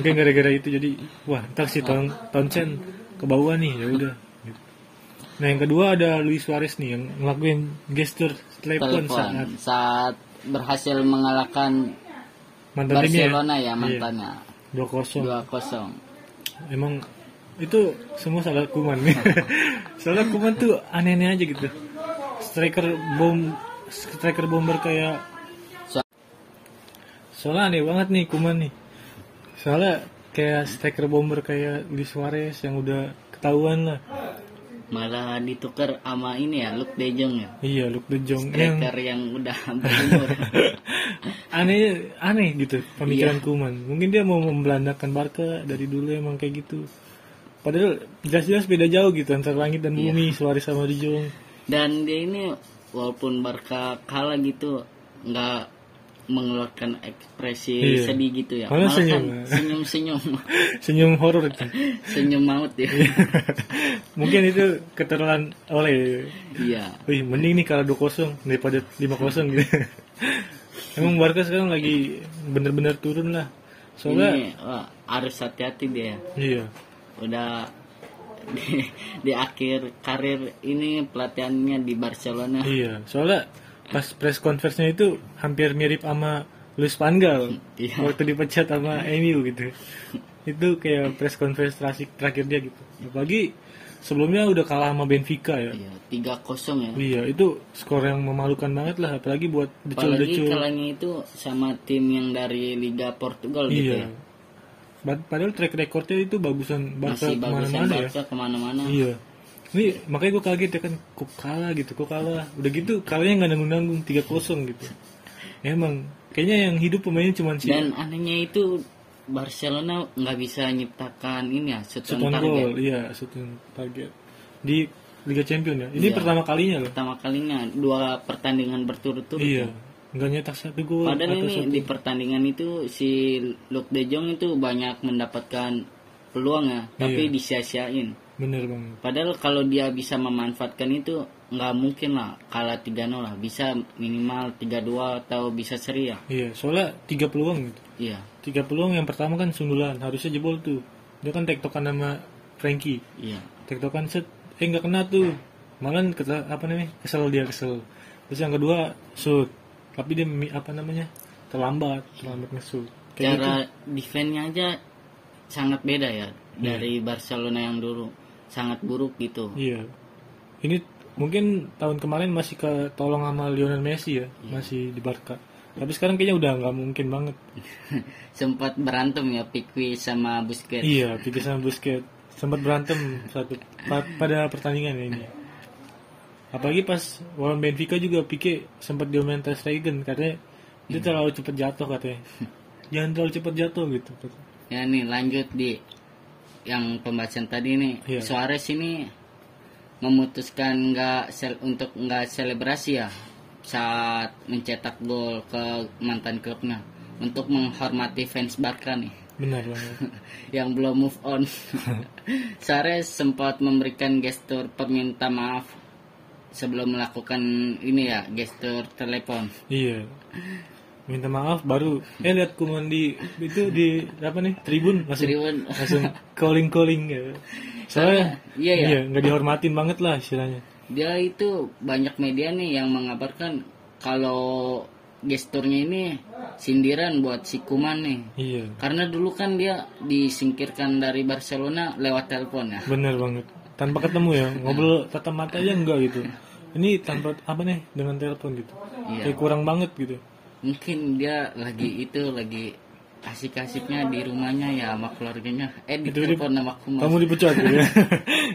S3: Mungkin gara-gara itu jadi wah, ntar si Ton Tonsen kebauan nih, ya udah. Gitu. Nah, yang kedua ada Luis Suarez nih yang ngelakuin gestur telepon saat
S2: Telepon saat berhasil mengalahkan
S3: mantan timnya ya,
S2: Barcelona ya mantannya
S3: 2-0.
S2: 2-0.
S3: emang itu semua salah kuman nih salah kuman tuh aneh-aneh aja gitu striker bom striker bomber kayak
S2: So-
S3: soalnya aneh banget nih kuman nih soalnya kayak striker bomber kayak Luis Suarez yang udah ketahuan lah
S2: Malah ditukar sama ini ya Luke De Jong ya.
S3: iya Luke De Jong yang
S2: Striker yang udah berumur.
S3: aneh aneh gitu pemikiran kuman mungkin dia mau membelandakan Barca dari dulu emang kayak gitu padahal jelas-jelas beda jauh gitu antar langit dan bumi Suarez sama De Jong
S2: Dan dia ini walaupun Barca kalah gitu nggak mengeluarkan ekspresi
S3: Iya.
S2: sedih gitu ya.
S3: Malah
S2: kan
S3: senyum.
S2: senyum-senyum.
S3: senyum horor itu.
S2: senyum maut ya.
S3: Iya. mungkin itu keterangan oleh
S2: Iya.
S3: wih mending nih kalau 2-0 daripada 5-0 gitu emang Barca sekarang lagi bener-bener turun lah soalnya
S2: Ini wah, harus hati-hati dia.
S3: iya
S2: Udah di, di akhir karir ini pelatihannya di Barcelona.
S3: iya soalnya pas press conference-nya itu hampir mirip sama Luis Panggal
S2: Iya.
S3: waktu dipecat sama MU gitu itu kayak press conference terasi- terakhir dia gitu apalagi sebelumnya udah kalah sama Benfica ya
S2: Iya, 3-0 ya.
S3: Iya, itu skor yang memalukan banget lah, apalagi buat
S2: Apalagi
S3: decul-decul.
S2: kalahnya itu sama tim yang dari Liga Portugal gitu
S3: Iya.
S2: ya.
S3: Ba- Padahal track recordnya itu bagusan Barca
S2: Masih bagus
S3: kemana-mana ya.
S2: Barca kemana-mana.
S3: Iya. Ini makanya gue kaget ya kan, kok kalah gitu, kok kalah. Udah gitu kalahnya nggak nanggung-nanggung 3-0 gitu. Emang kayaknya yang hidup pemainnya cuma si
S2: Dan anehnya itu Barcelona nggak bisa nyiptakan ini ya shot
S3: shoot
S2: on
S3: on
S2: target
S3: goal, iya, shoot on target di Liga Champion ya. Ini
S2: Iya.
S3: pertama kalinya loh.
S2: pertama kalinya dua pertandingan berturut-turut.
S3: Iya, nggak nyetak satu gol.
S2: Padahal
S3: atau
S2: ini
S3: satu-
S2: di pertandingan itu si Luke De Jong itu banyak mendapatkan peluang
S3: Iya.
S2: ya, tapi disia-siain.
S3: bener banget.
S2: Padahal kalau dia bisa memanfaatkan itu nggak mungkin lah kalah 3-0 lah, bisa minimal 3-2 atau bisa seri ya.
S3: Iya, soalnya tiga peluang gitu.
S2: Iya,
S3: tiga peluang yang pertama kan sundulan harusnya jebol tuh dia kan tektokan sama Frankie
S2: iya.
S3: tektokan set eh nggak kena tuh malah keta, apa namanya kesel dia kesel terus yang kedua shoot tapi dia mi- apa namanya terlambat terlambat ngesut kayak gitu Iya.
S2: Cara defense-nya aja sangat beda ya dari Barcelona yang dulu, sangat buruk gitu.
S3: iya ini mungkin tahun kemarin masih ketolong sama Lionel Messi ya masih di Barca tapi sekarang kayaknya udah nggak mungkin banget
S2: Sempat berantem ya Piqui sama Busquets.
S3: Iya, Piqué sama Busquets sempat berantem satu pa- pada pertandingan ya ini. Apalagi pas lawan Benfica juga Piqué sempat diomelin Ter Stegen katanya
S2: Hmm.
S3: dia terlalu cepat jatuh katanya. Jangan terlalu cepat jatuh gitu.
S2: Ya nih lanjut di yang pembahasan tadi nih
S3: Iya.
S2: Suarez ini memutuskan nggak sel- untuk nggak selebrasi ya saat mencetak gol ke mantan klubnya untuk menghormati fans Barca nih
S3: Benar banget.
S2: yang belum move on. Suarez sempat memberikan gestur perminta maaf sebelum melakukan ini ya gestur telepon.
S3: Iya. Minta maaf baru eh lihat kuman di itu di apa nih tribun langsung
S2: Tribun.
S3: langsung calling calling gitu. Soalnya
S2: Iya ya.
S3: iya nggak dihormatin banget lah istilahnya.
S2: Dia itu banyak media nih yang mengabarkan kalau gesturnya ini sindiran buat si Kuman nih.
S3: Iya.
S2: Karena dulu kan dia disingkirkan dari Barcelona lewat telepon ya.
S3: Bener banget. Tanpa ketemu ya, ngobrol tatap mata aja enggak gitu. Ini tanpa apa nih dengan telepon gitu.
S2: Iya.
S3: Kayak kurang banget gitu.
S2: Mungkin dia lagi itu lagi asik-asiknya di rumahnya ya sama keluarganya. Eh di telepon sama Kuman.
S3: Kamu dipecat gitu ya.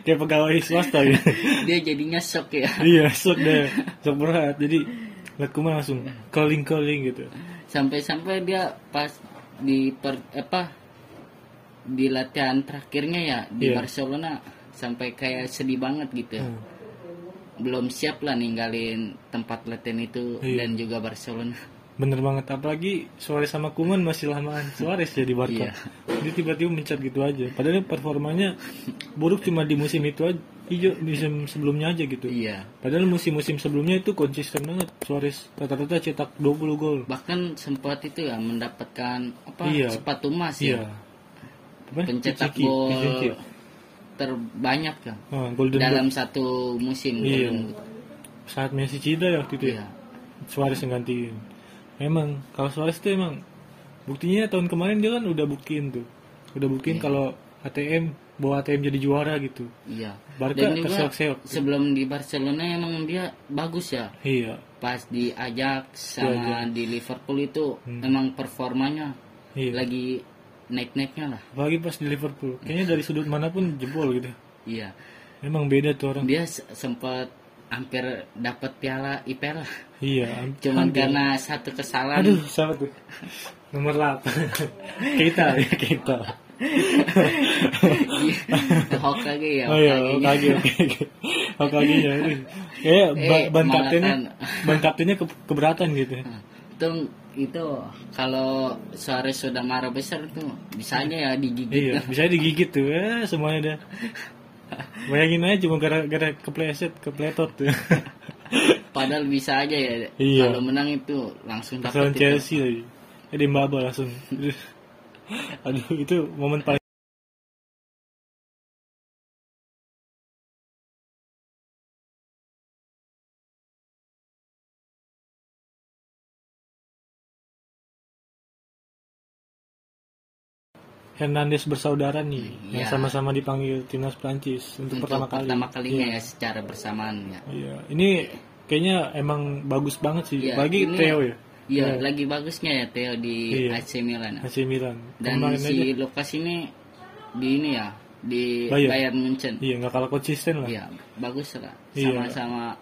S3: Kayak pegawai swasta gitu.
S2: dia jadinya shock ya
S3: iya, sok deh. Sok berat. Jadi Lekuma langsung calling-calling gitu.
S2: sampai-sampai dia pas di per, apa di latihan terakhirnya ya di
S3: Iya. Hmm.
S2: Barcelona sampai kayak sedih banget gitu ya. belum siap lah ninggalin tempat latihan itu
S3: Iya.
S2: dan juga Barcelona.
S3: Bener banget apalagi Suarez sama Kuman masih lamaan Suarez jadi Barca.
S2: Iya.
S3: Dia tiba-tiba mencat gitu aja. Padahal dia performanya buruk cuma di musim itu aja, ijo musim sebelumnya aja gitu.
S2: Iya.
S3: Padahal musim-musim sebelumnya itu konsisten banget Suarez rata-rata cetak 20 gol.
S2: Bahkan sempat itu ya mendapatkan apa
S3: Iya.
S2: sepatu emas
S3: Iya. Eh,
S2: ya.
S3: Apa?
S2: Pencetak
S3: Pichichi,
S2: gol
S3: Pichichi.
S2: terbanyak kan
S3: Ah, golden
S2: dalam
S3: Dalam...
S2: satu musim
S3: Iya.
S2: Golden Boot.
S3: saat Messi cedera ya waktu itu ya.
S2: Iya.
S3: Suarez yang gantiin. Emang kalau Suarez tuh emang buktinya tahun kemarin dia kan udah buktiin tuh. Udah buktiin kalau ATM bawa ATM jadi juara gitu.
S2: Iya.
S3: Barca
S2: Dan juga
S3: terseok-seok.
S2: sebelum di Barcelona emang dia bagus ya.
S3: Iya,
S2: Pas di Ajax sama di Liverpool itu emang performanya
S3: Hmm. iya.
S2: lagi naik-naiknya lah.
S3: Apalagi pas di Liverpool. Kayaknya dari sudut manapun jebol gitu.
S2: Iya.
S3: Emang beda tuh orang.
S2: Dia se- sempat hampir dapat piala IPL lah.
S3: Iya, am-
S2: Cuman
S3: hampir.
S2: karena satu kesalahan
S3: Aduh, siapa tuh? Nomor 8. kita, ya, kita.
S2: hoax lagi ya.
S3: Oh iya,
S2: hoax lagi.
S3: Hokage, oke. Hokage ya. Kayak ba-
S2: Eh,
S3: ban
S2: malah
S3: kaptennya,
S2: kan.
S3: ban kaptennya ke- keberatan gitu. ya.
S2: Itu itu kalau Suarez sudah marah besar tuh bisa aja ya digigit.
S3: Iya, bisa digigit tuh. Eh, semuanya dah. Bayangin aja cuma gara-gara kepleset, kepletot tuh.
S2: Padahal bisa aja ya.
S3: Iya.
S2: Kalau menang itu langsung
S3: Kesalahan
S2: dapat itu.
S3: Chelsea lagi. Jadi Mbak langsung. Aduh. Aduh, itu momen paling Hernandez bersaudara nih
S2: Iya.
S3: yang sama-sama dipanggil timnas Prancis untuk,
S2: Untuk
S3: pertama kali.
S2: kalinya ya secara bersamaan ya.
S3: Iya, ini kayaknya emang bagus banget sih.
S2: Iya,
S3: Bagi
S2: ini-
S3: Theo ya,
S2: Iya, lagi bagusnya ya Theo di
S3: Iya.
S2: AC Milan. ya.
S3: AC Milan.
S2: Dan
S3: Kemarin aja,
S2: si Lukas ini di ini ya di
S3: Bayern.
S2: Bayern Munchen.
S3: iya nggak kalah konsisten lah.
S2: Iya, bagus lah.
S3: Iya.
S2: Sama-sama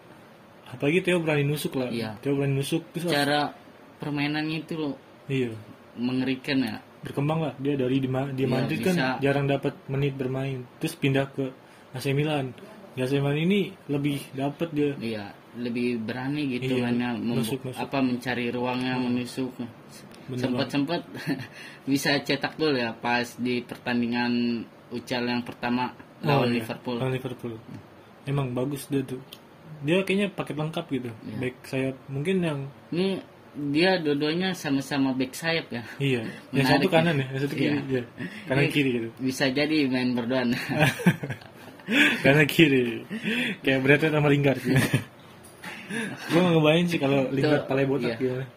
S3: Apalagi Theo berani nusuk lah.
S2: Iya.
S3: Theo berani nusuk terus
S2: cara permainannya itu loh
S3: iya
S2: mengerikan ya.
S3: berkembang lah dia dari di, Ma- di
S2: Iya,
S3: Madrid kan
S2: bisa.
S3: jarang dapat menit bermain terus pindah ke AC Milan. Di AC Milan ini lebih dapat dia
S2: Iya, lebih berani gitu
S3: Iya,
S2: mainnya, membu-
S3: nusuk, nusuk.
S2: apa mencari ruangnya menusuk. Sempat-sempat bisa cetak gol ya pas di pertandingan Ucal yang pertama
S3: Oh,
S2: lawan
S3: iya.
S2: Liverpool.
S3: Lawan Liverpool. Emang bagus dia tuh. Dia kayaknya paket lengkap gitu.
S2: Iya.
S3: Back sayap mungkin yang
S2: Ini dia dua-duanya sama-sama back sayap ya.
S3: iya, yang satu kanan ya, yang satu kiri. Iya. Kanan kiri gitu.
S2: Bisa jadi main berduaan.
S3: karena kiri kayak berarti sama Lingard gitu. gue gak ngebayangin sih kalau Lingard palai botak gitu.
S2: iya.
S3: gimana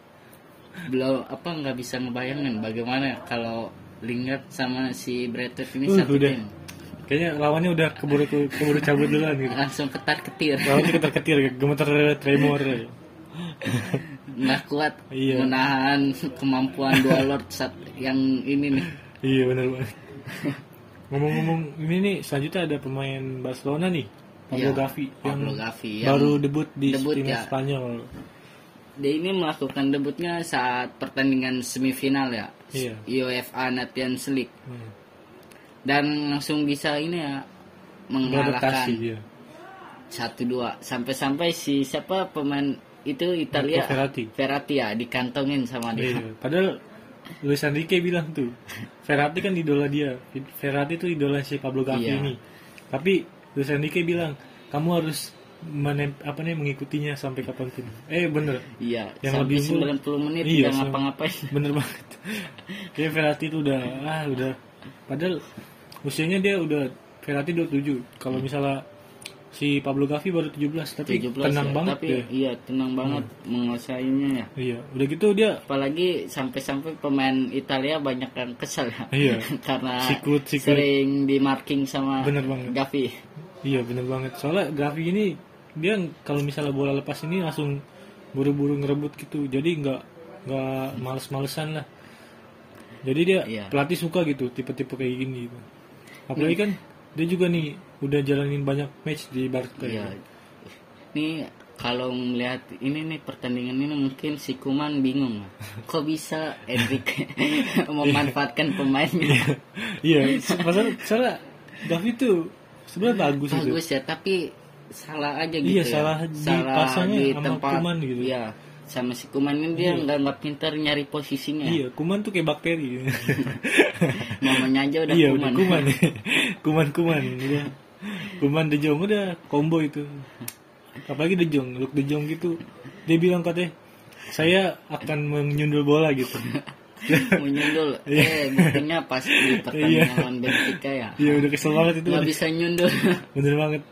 S2: Belum apa nggak bisa ngebayangin bagaimana kalau Lingard sama si Bradford ini
S3: Uh,
S2: satu
S3: udah.
S2: tim.
S3: kayaknya lawannya udah keburu keburu cabut duluan gitu
S2: Langsung ketar ketir.
S3: lawannya ketar-ketir kayak gemeter tremor
S2: nggak kuat
S3: Iya.
S2: menahan kemampuan dua lord saat yang ini nih
S3: iya bener banget ngomong-ngomong ini nih selanjutnya ada pemain Barcelona nih Pablo
S2: Iya,
S3: Gavi yang
S2: Pablo Gavi yang
S3: baru debut di
S2: debut
S3: timnas
S2: ya.
S3: Spanyol
S2: dia ini melakukan debutnya saat pertandingan semifinal ya
S3: Iya.
S2: UEFA Nations League
S3: hmm.
S2: dan langsung bisa ini ya
S3: beradaptasi
S2: mengalahkan
S3: dia
S2: satu dua sampai-sampai si siapa pemain itu
S3: Marco
S2: Italia
S3: Verratti
S2: Verratti ya dikantongin sama dia
S3: Iya, padahal Luis Enrique bilang tuh, Ferrati kan idola dia. Ferrati tuh idola si Pablo Gavi
S2: Iya.
S3: ini. Tapi Luis Enrique bilang, kamu harus menem- apa nih mengikutinya sampai kapanpun. Eh bener,
S2: iya
S3: Yang
S2: sampai
S3: lebih dulu.
S2: 90 menit
S3: Iya,
S2: tidak
S3: sama-
S2: ngapa-ngapain
S3: bener banget. Kayak Ferrati tuh udah, ah udah. Padahal usianya dia udah Ferrati 27. Kalau
S2: Hmm.
S3: misalnya si Pablo Gavi baru 17, tapi
S2: 17
S3: tenang
S2: ya.
S3: banget
S2: tapi
S3: dia. Hmm.
S2: iya tenang banget menguasainya ya
S3: Iya, udah gitu dia
S2: apalagi sampai-sampai pemain Italia banyak yang kesel ya
S3: Iya.
S2: karena
S3: Sikut, sikut.
S2: sering di marking sama
S3: bener banget.
S2: Gavi
S3: Iya bener banget. Soalnya Gavi ini dia kalau misalnya bola lepas ini langsung buru-buru ngerebut gitu. Jadi nggak nggak males-malesan lah. Jadi dia
S2: Iya.
S3: pelatih suka gitu tipe-tipe kayak gini gitu. Apalagi kan dia juga nih udah jalanin banyak match di Barca. ya.
S2: Iya. Nih kalau melihat ini nih pertandingan ini mungkin si Kuman bingung kok bisa Enrique memanfaatkan pemainnya
S3: Iya, masalah soalnya Gavi tuh sebenarnya bagus, itu.
S2: bagus ya tapi salah aja gitu
S3: Iya,
S2: ya.
S3: salah dipasangnya
S2: di
S3: sama
S2: tempat
S3: kuman gitu.
S2: Iya, sama si kuman ini dia nggak nggak pintar nyari posisinya.
S3: Iya, kuman tuh kayak bakteri.
S2: Namanya aja udah
S3: iya,
S2: kuman.
S3: udah kuman. kuman kuman udah. Kuman De Jong udah combo itu. Apalagi De Jong, Luke De Jong gitu. Dia bilang katanya, "Saya akan menyundul bola gitu."
S2: Menyundul. eh, buktinya pas di pertandingan lawan Benfica ya.
S3: Iya, udah kesel banget itu.
S2: Nggak bisa nyundul.
S3: Bener banget.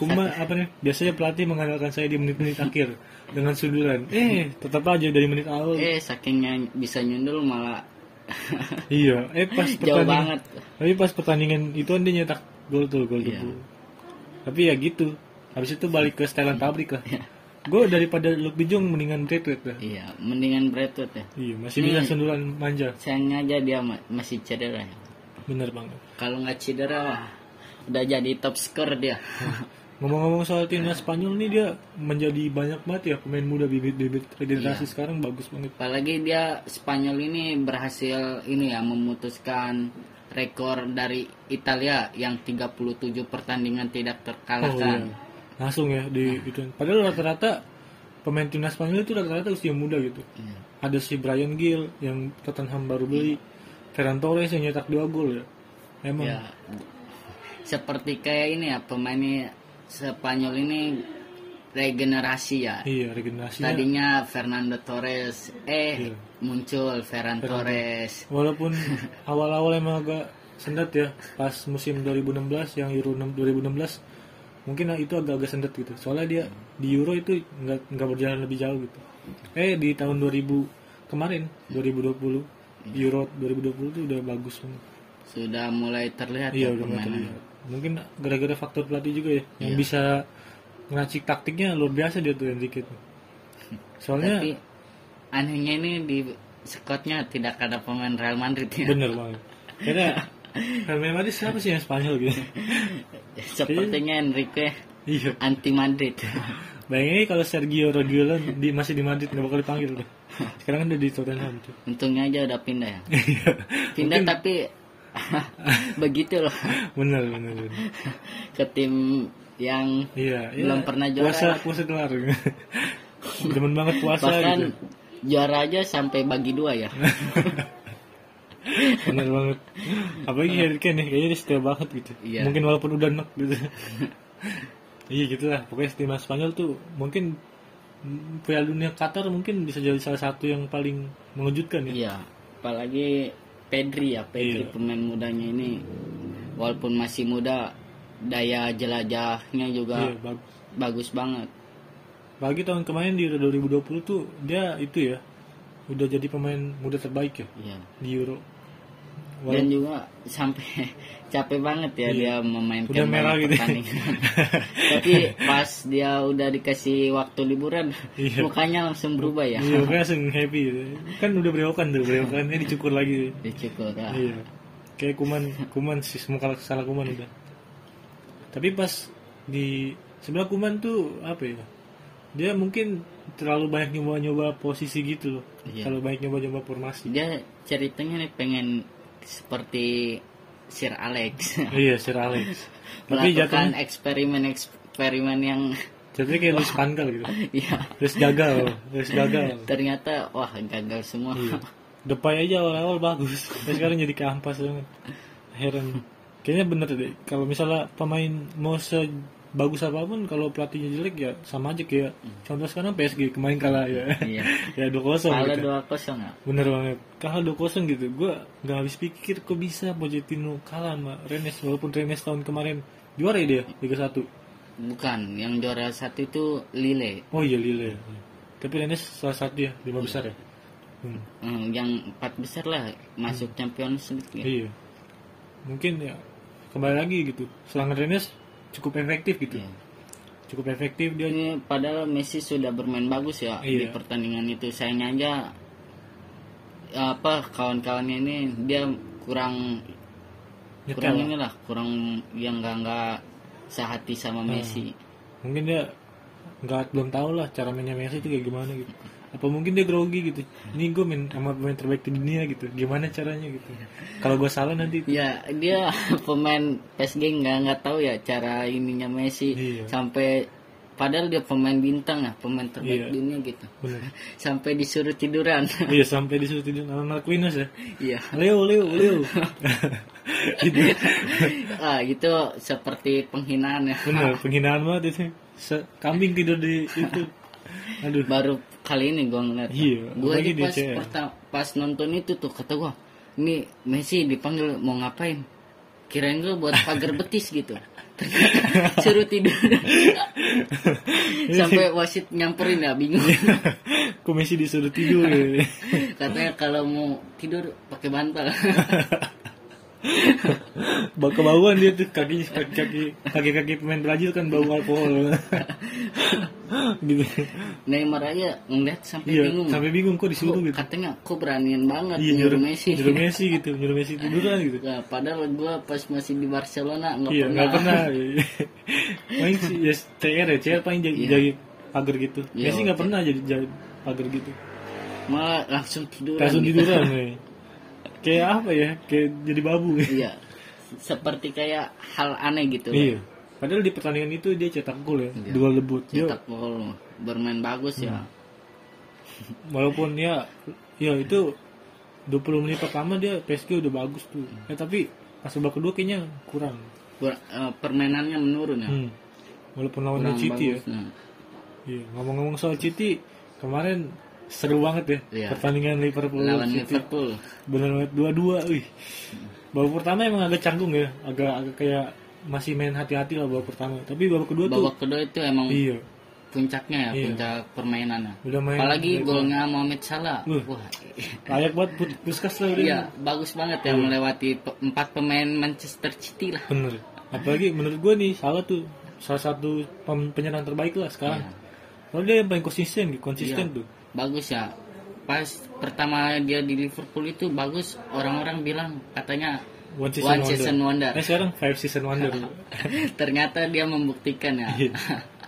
S3: Kuma apa nih? Biasanya pelatih mengandalkan saya di menit-menit akhir dengan sundulan. Eh, tetap aja dari menit awal.
S2: eh, sakingnya bisa nyundul malah
S3: Iya. Eh pas
S2: jauh
S3: pertandingan.
S2: banget.
S3: Tapi pas pertandingan itu dia nyetak gol tuh gol
S2: Iya.
S3: tuh. Tapi ya gitu. Habis itu balik ke setelan pabrik lah. Gue daripada Luke De Jong mendingan Braithwaite lah.
S2: Iya, mendingan Bretwood ya.
S3: Iya, masih bisa sundulan manja.
S2: Sayangnya aja dia ma- masih cedera. ya.
S3: Bener banget.
S2: Kalau nggak cedera wah, udah jadi top skor dia.
S3: Ngomong-ngomong soal timnas Spanyol nih dia menjadi banyak banget ya pemain muda bibit-bibit regenerasi
S2: Iya.
S3: sekarang bagus banget.
S2: Apalagi dia Spanyol ini berhasil ini ya memutuskan rekor dari Italia yang 37 pertandingan tidak terkalahkan.
S3: Oh, iya. langsung ya di itu. Padahal rata-rata pemain timnas Spanyol itu rata-rata usia muda gitu.
S2: Iya.
S3: Ada si Brian Gill yang Tottenham baru beli, Ferran Torres yang nyetak dua gol ya. Emang
S2: Ya. Seperti kayak ini ya pemain Spanyol ini regenerasi ya.
S3: iya regenerasinya.
S2: Tadinya Fernando Torres eh
S3: Iya.
S2: muncul Ferran Torres.
S3: Walaupun awal-awal emang agak sendat ya pas musim 2016 yang Euro 6 2016 mungkin itu agak-agak sendat gitu. Soalnya dia di Euro itu nggak nggak berjalan lebih jauh gitu. Eh di tahun 2000 kemarin 2020 Euro 2020 itu udah bagus banget.
S2: Sudah mulai terlihat
S3: Iya
S2: ya
S3: udah mulai
S2: pemain. Iya.
S3: terlihat. Mungkin gara-gara faktor pelatih juga ya yang bisa ngeracik taktiknya luar biasa dia tuh Enrique. tuh. Soalnya
S2: Tapi anehnya ini di Scottnya tidak ada pemain Real Madrid ya.
S3: bener banget. Karena Real Madrid siapa sih yang Spanyol gitu?
S2: Sepertinya Enrique
S3: Iya.
S2: anti Madrid.
S3: Bayangin aja kalau Sergio Rodiola di, masih di Madrid nggak bakal dipanggil tuh. Sekarang kan udah di Tottenham tuh.
S2: Untungnya aja udah pindah ya.
S3: Iya.
S2: Pindah tapi begitu loh
S3: bener bener. bener.
S2: ke tim yang
S3: Iya. iya.
S2: Belum pernah juara.
S3: Puasa puasa kelar. Demen banget puasa gitu. Iya.
S2: bahkan juara aja sampai bagi dua ya.
S3: Bener banget. Apalagi Harry Kane ya, kayaknya dia setia banget gitu.
S2: Iya.
S3: Mungkin walaupun udah nek gitu. iya gitu lah. Pokoknya tim Spanyol tuh mungkin mm, Piala Dunia Qatar mungkin bisa jadi salah satu yang paling mengejutkan ya.
S2: Iya, apalagi Pedri ya, Pedri
S3: Iya.
S2: pemain mudanya ini walaupun masih muda daya jelajahnya juga
S3: Iya, bagus.
S2: bagus banget.
S3: Bagi tahun kemarin di Euro 2020 tuh dia itu ya udah jadi pemain muda terbaik ya
S2: Iya.
S3: di Euro.
S2: Dan juga sampai capek banget ya dia memainkan
S3: Iya. Udah merah
S2: banyak
S3: gitu.
S2: pertandingan. Tapi pas dia udah dikasih waktu liburan,
S3: Iya.
S2: mukanya langsung berubah ya.
S3: Iya, makanya langsung happy. gitu. Kan udah berewokan tuh, berewokannya dicukur lagi.
S2: Dicukur. ah.
S3: Iya. Kayak kuman, kuman sih semua kalau salah kuman udah. Tapi pas di sebelah kuman tuh apa ya? Dia mungkin terlalu banyak nyoba-nyoba posisi gitu loh.
S2: Iya.
S3: Terlalu banyak nyoba-nyoba formasi.
S2: Dia ceritanya nih pengen seperti Sir Alex.
S3: iya, Sir Alex. Tapi
S2: melakukan
S3: jatuhnya,
S2: eksperimen-eksperimen yang
S3: jatuhnya kayak Luis Van Gaal gitu.
S2: ya
S3: Terus gagal, terus gagal.
S2: ternyata wah gagal semua.
S3: Iya. Depay aja awal-awal bagus, tapi sekarang jadi kampas banget. Heran. Kayaknya bener deh. Kalau misalnya pemain mau sebagus apapun, kalau pelatihnya jelek ya sama aja kayak contoh sekarang PSG kemarin kalah ya.
S2: Iya.
S3: ya 2-0
S2: Malah
S3: gitu.
S2: dua kosong ya.
S3: Bener banget. Kalah 2-0 gitu. Gua nggak habis pikir kok bisa Pochettino kalah sama Rennes walaupun Rennes tahun kemarin juara ya dia 3-1.
S2: Bukan, yang juara satu itu Lille.
S3: Oh iya Lille. Tapi Rennes salah satu ya, lima besar ya. Hmm.
S2: Hmm, yang empat besar lah masuk Champions League. ya.
S3: Iya. Mungkin ya kembali lagi gitu. Serangan Rennes cukup efektif gitu.
S2: Iya.
S3: Cukup efektif dia.
S2: Ini Iya, padahal Messi sudah bermain bagus ya di
S3: Iya.
S2: pertandingan itu. Sayangnya aja apa kawan-kawannya ini dia kurang kurang
S3: Nyetel.
S2: inilah, kurang yang enggak enggak sehati
S3: Hmm.
S2: sama Messi.
S3: Mungkin dia nggak belum tahu lah cara mainnya Messi itu kayak gimana gitu. apa mungkin dia grogi gitu ini gue main sama pemain terbaik di dunia gitu gimana caranya gitu kalau gue salah nanti
S2: Ya dia pemain PSG nggak nggak tahu ya cara ininya Messi
S3: Iya.
S2: sampai padahal dia pemain bintang ya pemain terbaik
S3: Iya.
S2: dunia gitu
S3: bener
S2: sampai disuruh tiduran
S3: iya sampai disuruh tidur sama Marquinhos ya
S2: iya
S3: Leo Leo Leo gitu
S2: ah itu seperti penghinaan ya
S3: bener penghinaan banget itu Se- kambing tidur di itu aduh
S2: baru kali ini gua ngeliat
S3: Iya,
S2: gue
S3: apalagi di
S2: pas
S3: CL.
S2: perta- pas nonton itu tuh kata gua ini Messi dipanggil mau ngapain kirain gue buat pagar betis gitu Ternyata suruh tidur sampai wasit nyamperin ya bingung
S3: kok Messi disuruh tidur ya?
S2: katanya kalau mau tidur pakai bantal
S3: Bau kebauan dia tuh kaki kaki kaki kaki, kaki pemain Brazil kan bau alkohol gitu
S2: Neymar aja ngeliat sampai
S3: iya
S2: bingung
S3: sampai bingung kok disuruh
S2: Kok
S3: gitu
S2: katanya kok beranian banget
S3: iya
S2: nyuruh Messi
S3: nyuruh Messi gitu nyuruh Messi tiduran gitu
S2: Nah, padahal gue pas masih di Barcelona nggak
S3: iya
S2: pernah,
S3: nggak pernah paling si ya, CR ya CR paling jadi jadi pagar gitu
S2: Iya,
S3: Messi nggak pernah jadi jadi pagar gitu
S2: malah langsung tiduran
S3: langsung
S2: gitu.
S3: tiduran ya. kayak apa ya kayak jadi babu
S2: iya seperti kayak hal aneh gitu
S3: iya padahal di pertandingan itu dia cetak gol ya dua lebut dia
S2: Iya. cetak gol bermain bagus
S3: Hmm.
S2: ya
S3: walaupun ya ya itu 20 menit pertama dia PSG udah bagus tuh ya tapi pas babak kedua kayaknya kurang
S2: Ber- eh, permainannya menurun ya
S3: hmm. walaupun lawannya
S2: Kurang
S3: City ya
S2: bagus, nah.
S3: Iya, ngomong-ngomong soal City kemarin seru banget ya
S2: Iya.
S3: pertandingan Liverpool
S2: lawan
S3: City
S2: Liverpool
S3: bener banget dua-dua wih babak pertama emang agak canggung ya agak agak kayak masih main hati-hati lah babak pertama tapi babak kedua tuh
S2: babak kedua itu emang
S3: iya
S2: puncaknya ya
S3: Iya.
S2: puncak permainannya
S3: udah main
S2: apalagi golnya Mohamed Salah
S3: Wah.
S2: wah
S3: layak banget put- puskas lah udah
S2: Iya, bagus banget ya melewati pe- empat pemain Manchester City lah.
S3: Bener. Apalagi menurut gue nih salah tuh salah satu pem- penyerang terbaik lah sekarang.
S2: Iya.
S3: Kalau dia yang paling konsisten, gitu, konsisten tuh.
S2: Bagus ya. Pas pertama dia di Liverpool itu bagus, orang-orang bilang katanya
S3: One season
S2: one
S3: wonder.
S2: season wonder.
S3: Nah sekarang five season wonder.
S2: Ternyata dia membuktikan ya.
S3: Iya.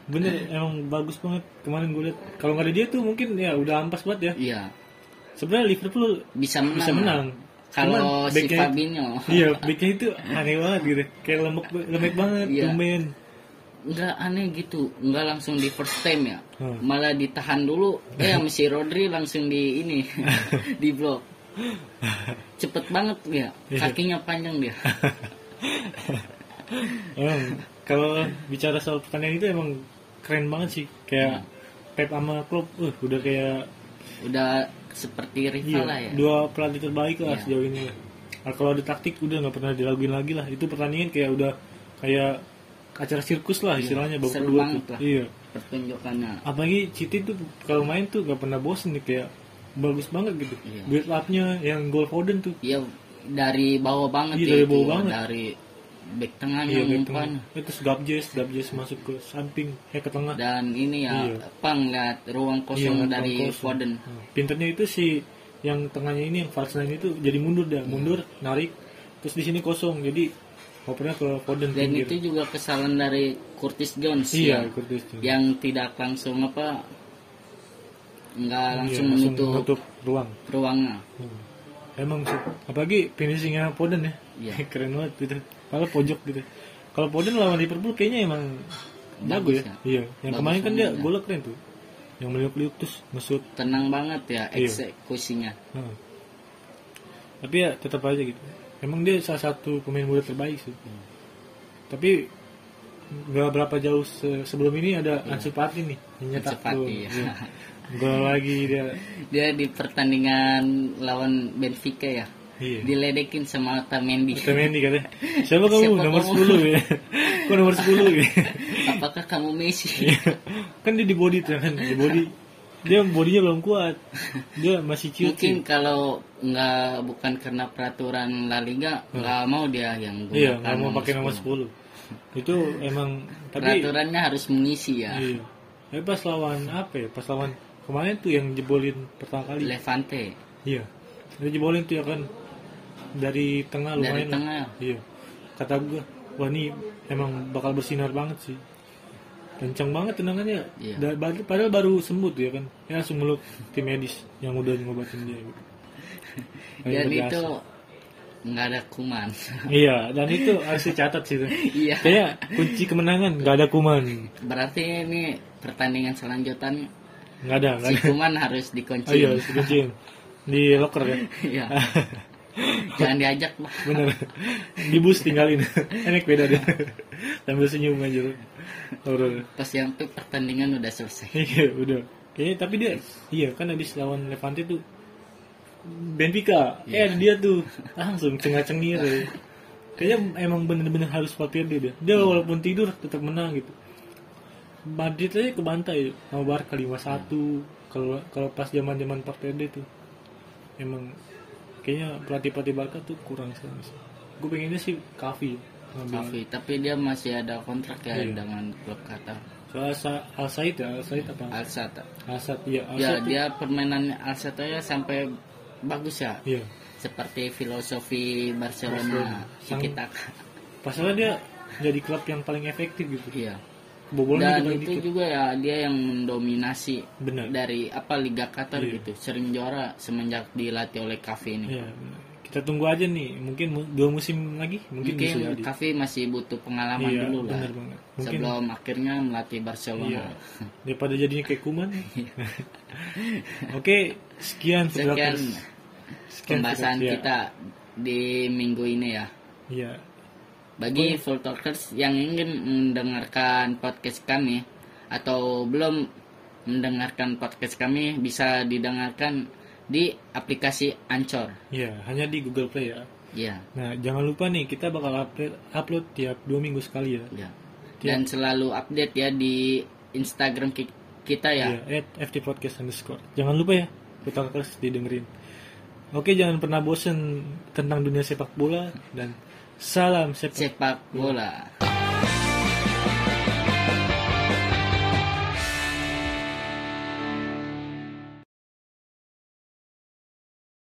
S3: Bener, emang bagus banget kemarin gue liat. Kalau nggak ada dia tuh mungkin ya udah ampas banget ya.
S2: Iya,
S3: Sebenarnya Liverpool
S2: bisa menang.
S3: bisa menang.
S2: Kalau
S3: Cuman
S2: si
S3: backnya-
S2: Fabinho
S3: Iya, backnya itu aneh banget gitu. Kayak lemek, lemek banget,
S2: Iya.
S3: tumben.
S2: nggak aneh gitu, nggak langsung di first time ya.
S3: Hmm.
S2: Malah ditahan dulu, ya sama si Rodri langsung di ini, di blok. Cepet banget ya,
S3: Iya.
S2: kakinya panjang dia.
S3: Emang kalau bicara soal pertandingan itu emang keren banget sih. Kayak Pep sama Klopp, uh, udah kayak
S2: udah seperti rival lah
S3: Iya,
S2: ya. Iya.
S3: dua pelatih terbaik lah sejauh ini. Nah, kalau ada taktik udah nggak pernah diraguin lagi lah. Itu pertandingan kayak udah kayak acara sirkus lah istilahnya babak
S2: Iya, seru
S3: kedua
S2: banget
S3: tuh.
S2: lah.
S3: Iya.
S2: Pertunjukannya.
S3: Apalagi City tuh kalau main tuh nggak pernah bosen nih kayak bagus banget gitu.
S2: Iya.
S3: Build up-nya yang gol Foden tuh.
S2: Ya dari bawah banget
S3: Iya,
S2: ya
S3: dari
S2: itu.
S3: bawah banget.
S2: Dari back tengahnya
S3: Iya, back
S2: umpan.
S3: tengah. Itu Gabjes, Gabjes masuk ke samping, eh ke tengah.
S2: Dan ini ya,
S3: Iya.
S2: apa ngeliat ruang
S3: Iya,
S2: kosong
S3: ruang
S2: dari
S3: kosong.
S2: Foden.
S3: Nah, Pinternya itu si yang tengahnya ini yang Varsnain itu jadi mundur dah, mundur,
S2: Iya.
S3: narik, terus di sini kosong. Jadi opernya ke Foden
S2: Dan
S3: pinggir.
S2: itu juga kesalahan dari Curtis Jones ya,
S3: Iya, Curtis Jones.
S2: yang tidak langsung apa nggak langsung
S3: Iya,
S2: menutup
S3: menutup ruang.
S2: ruangnya.
S3: Hmm. Emang sih. Apalagi finishingnya Foden ya.
S2: Iya.
S3: Keren banget gitu. Kalau pojok gitu. Kalau Foden lawan Liverpool kayaknya emang jago ya.
S2: ya.
S3: Iya. Yang kemarin kan dia golnya keren tuh. Yang meliuk-liuk terus ngesut.
S2: Tenang banget
S3: Iya.
S2: ya eksekusinya.
S3: Nah. Tapi ya tetap aja gitu. Emang dia salah satu pemain muda terbaik sih.
S2: Hmm.
S3: Tapi nggak berapa jauh se- sebelum ini ada
S2: Iya.
S3: Ansu Fati nih yang nyetak
S2: Ansu Fati,
S3: gol.
S2: ya.
S3: Iya. Gol lagi dia.
S2: Dia di pertandingan lawan Benfica ya.
S3: Iya.
S2: Diledekin sama Otamendi.
S3: Otamendi katanya. Siapa kamu?
S2: Siapa
S3: nomor
S2: kamu?
S3: 10 ya. Kok nomor 10 ya?
S2: Apakah kamu Messi?
S3: kan dia di body tuh kan, di body. Dia bodinya belum kuat. Dia masih ciut.
S2: Mungkin kalau nggak bukan karena peraturan La Liga nggak mau dia yang gunakan
S3: Iya, nggak mau pakai nomor
S2: nomor
S3: 10. Itu emang
S2: 10.
S3: tapi
S2: Peraturannya harus mengisi ya.
S3: iya. Tapi pas lawan apa ya? Pas lawan kemarin tuh yang jebolin pertama kali.
S2: Levante
S3: Iya. Dia jebolin tuh ya kan dari tengah
S2: dari
S3: lumayan. lah.
S2: tengah.
S3: Iya. Kata gue, wah ini emang bakal bersinar banget sih. kencang banget tendangannya
S2: Iya.
S3: Da- bad- padahal baru sembuh tuh ya kan ya langsung meluk tim medis yang udah ngobatin dia gitu. Kayak
S2: Dan
S3: biasa.
S2: itu nggak ada kuman.
S3: iya dan itu harus dicatat sih itu
S2: Iya.
S3: kayak kunci kemenangan nggak ada kuman
S2: Berarti ini pertandingan selanjutan
S3: nggak ada nggak
S2: si
S3: ada
S2: kuman harus
S3: oh iya
S2: dikunci.
S3: harus dikunciin. di locker ya
S2: Iya. Jangan diajak lah.
S3: bener di bus tinggalin enak beda deh sambil senyum aja horor
S2: Pas yang tuh pertandingan udah selesai.
S3: Iya, udah. Kayaknya tapi dia iya kan habis lawan Levante tuh Benfica. Eh ada dia tuh langsung cengah-cengir. ya. Kayaknya emang bener-bener harus khawatir dia dia. Dia walaupun tidur tetap menang gitu. Madrid aja kebantai sama Barca 5-1. Kalau kalau pas zaman-zaman Valverde tuh emang kayaknya pelatih-pelatih Barca tuh kurang sih. Gue pengennya sih Kavi.
S2: Kavi, tapi dia masih ada kontrak ya
S3: Iya.
S2: dengan klub Qatar.
S3: Soal Sa- Al Said ya, Al Said apa?
S2: Al Sadd.
S3: Al Said iya, Al
S2: Ya
S3: Said.
S2: dia permainan Al Sadd aja sampai bagus ya.
S3: Iya.
S2: Seperti filosofi Barcelona,
S3: Sang-
S2: kita
S3: Pasalnya dia jadi klub yang paling efektif gitu.
S2: Iya.
S3: Kebobolan
S2: Dan
S3: juga
S2: itu
S3: dikit.
S2: juga ya dia yang mendominasi
S3: Benar.
S2: dari apa Liga Qatar
S3: Iya.
S2: gitu, sering juara semenjak dilatih oleh Kavi ini.
S3: Iya, benar. Kita tunggu aja nih, mungkin mu- dua musim lagi mungkin, bisa
S2: Mungkin
S3: jadi.
S2: Kavi masih butuh pengalaman
S3: Iya,
S2: dulu lah
S3: benar banget. Mungkin
S2: sebelum akhirnya melatih
S3: iya.
S2: Barcelona.
S3: Daripada jadinya kayak kuman. Oke,
S2: Iya. Sekian
S3: sekian Federators.
S2: pembahasan
S3: Federators, ya.
S2: kita di minggu ini ya.
S3: Iya.
S2: Bagi full talkers yang ingin mendengarkan podcast kami atau belum mendengarkan podcast kami bisa didengarkan di aplikasi Anchor.
S3: Iya, hanya di Google Play ya.
S2: Ya,
S3: Nah, jangan lupa nih kita bakal upload, upload tiap dua minggu sekali ya.
S2: ya. Dan selalu update ya di Instagram ki- kita ya.
S3: Iya, at FT Podcast underscore. Jangan lupa ya, putar terus didengerin. Oke, jangan pernah bosen tentang dunia sepak bola dan salam sepak
S2: Sepak bola.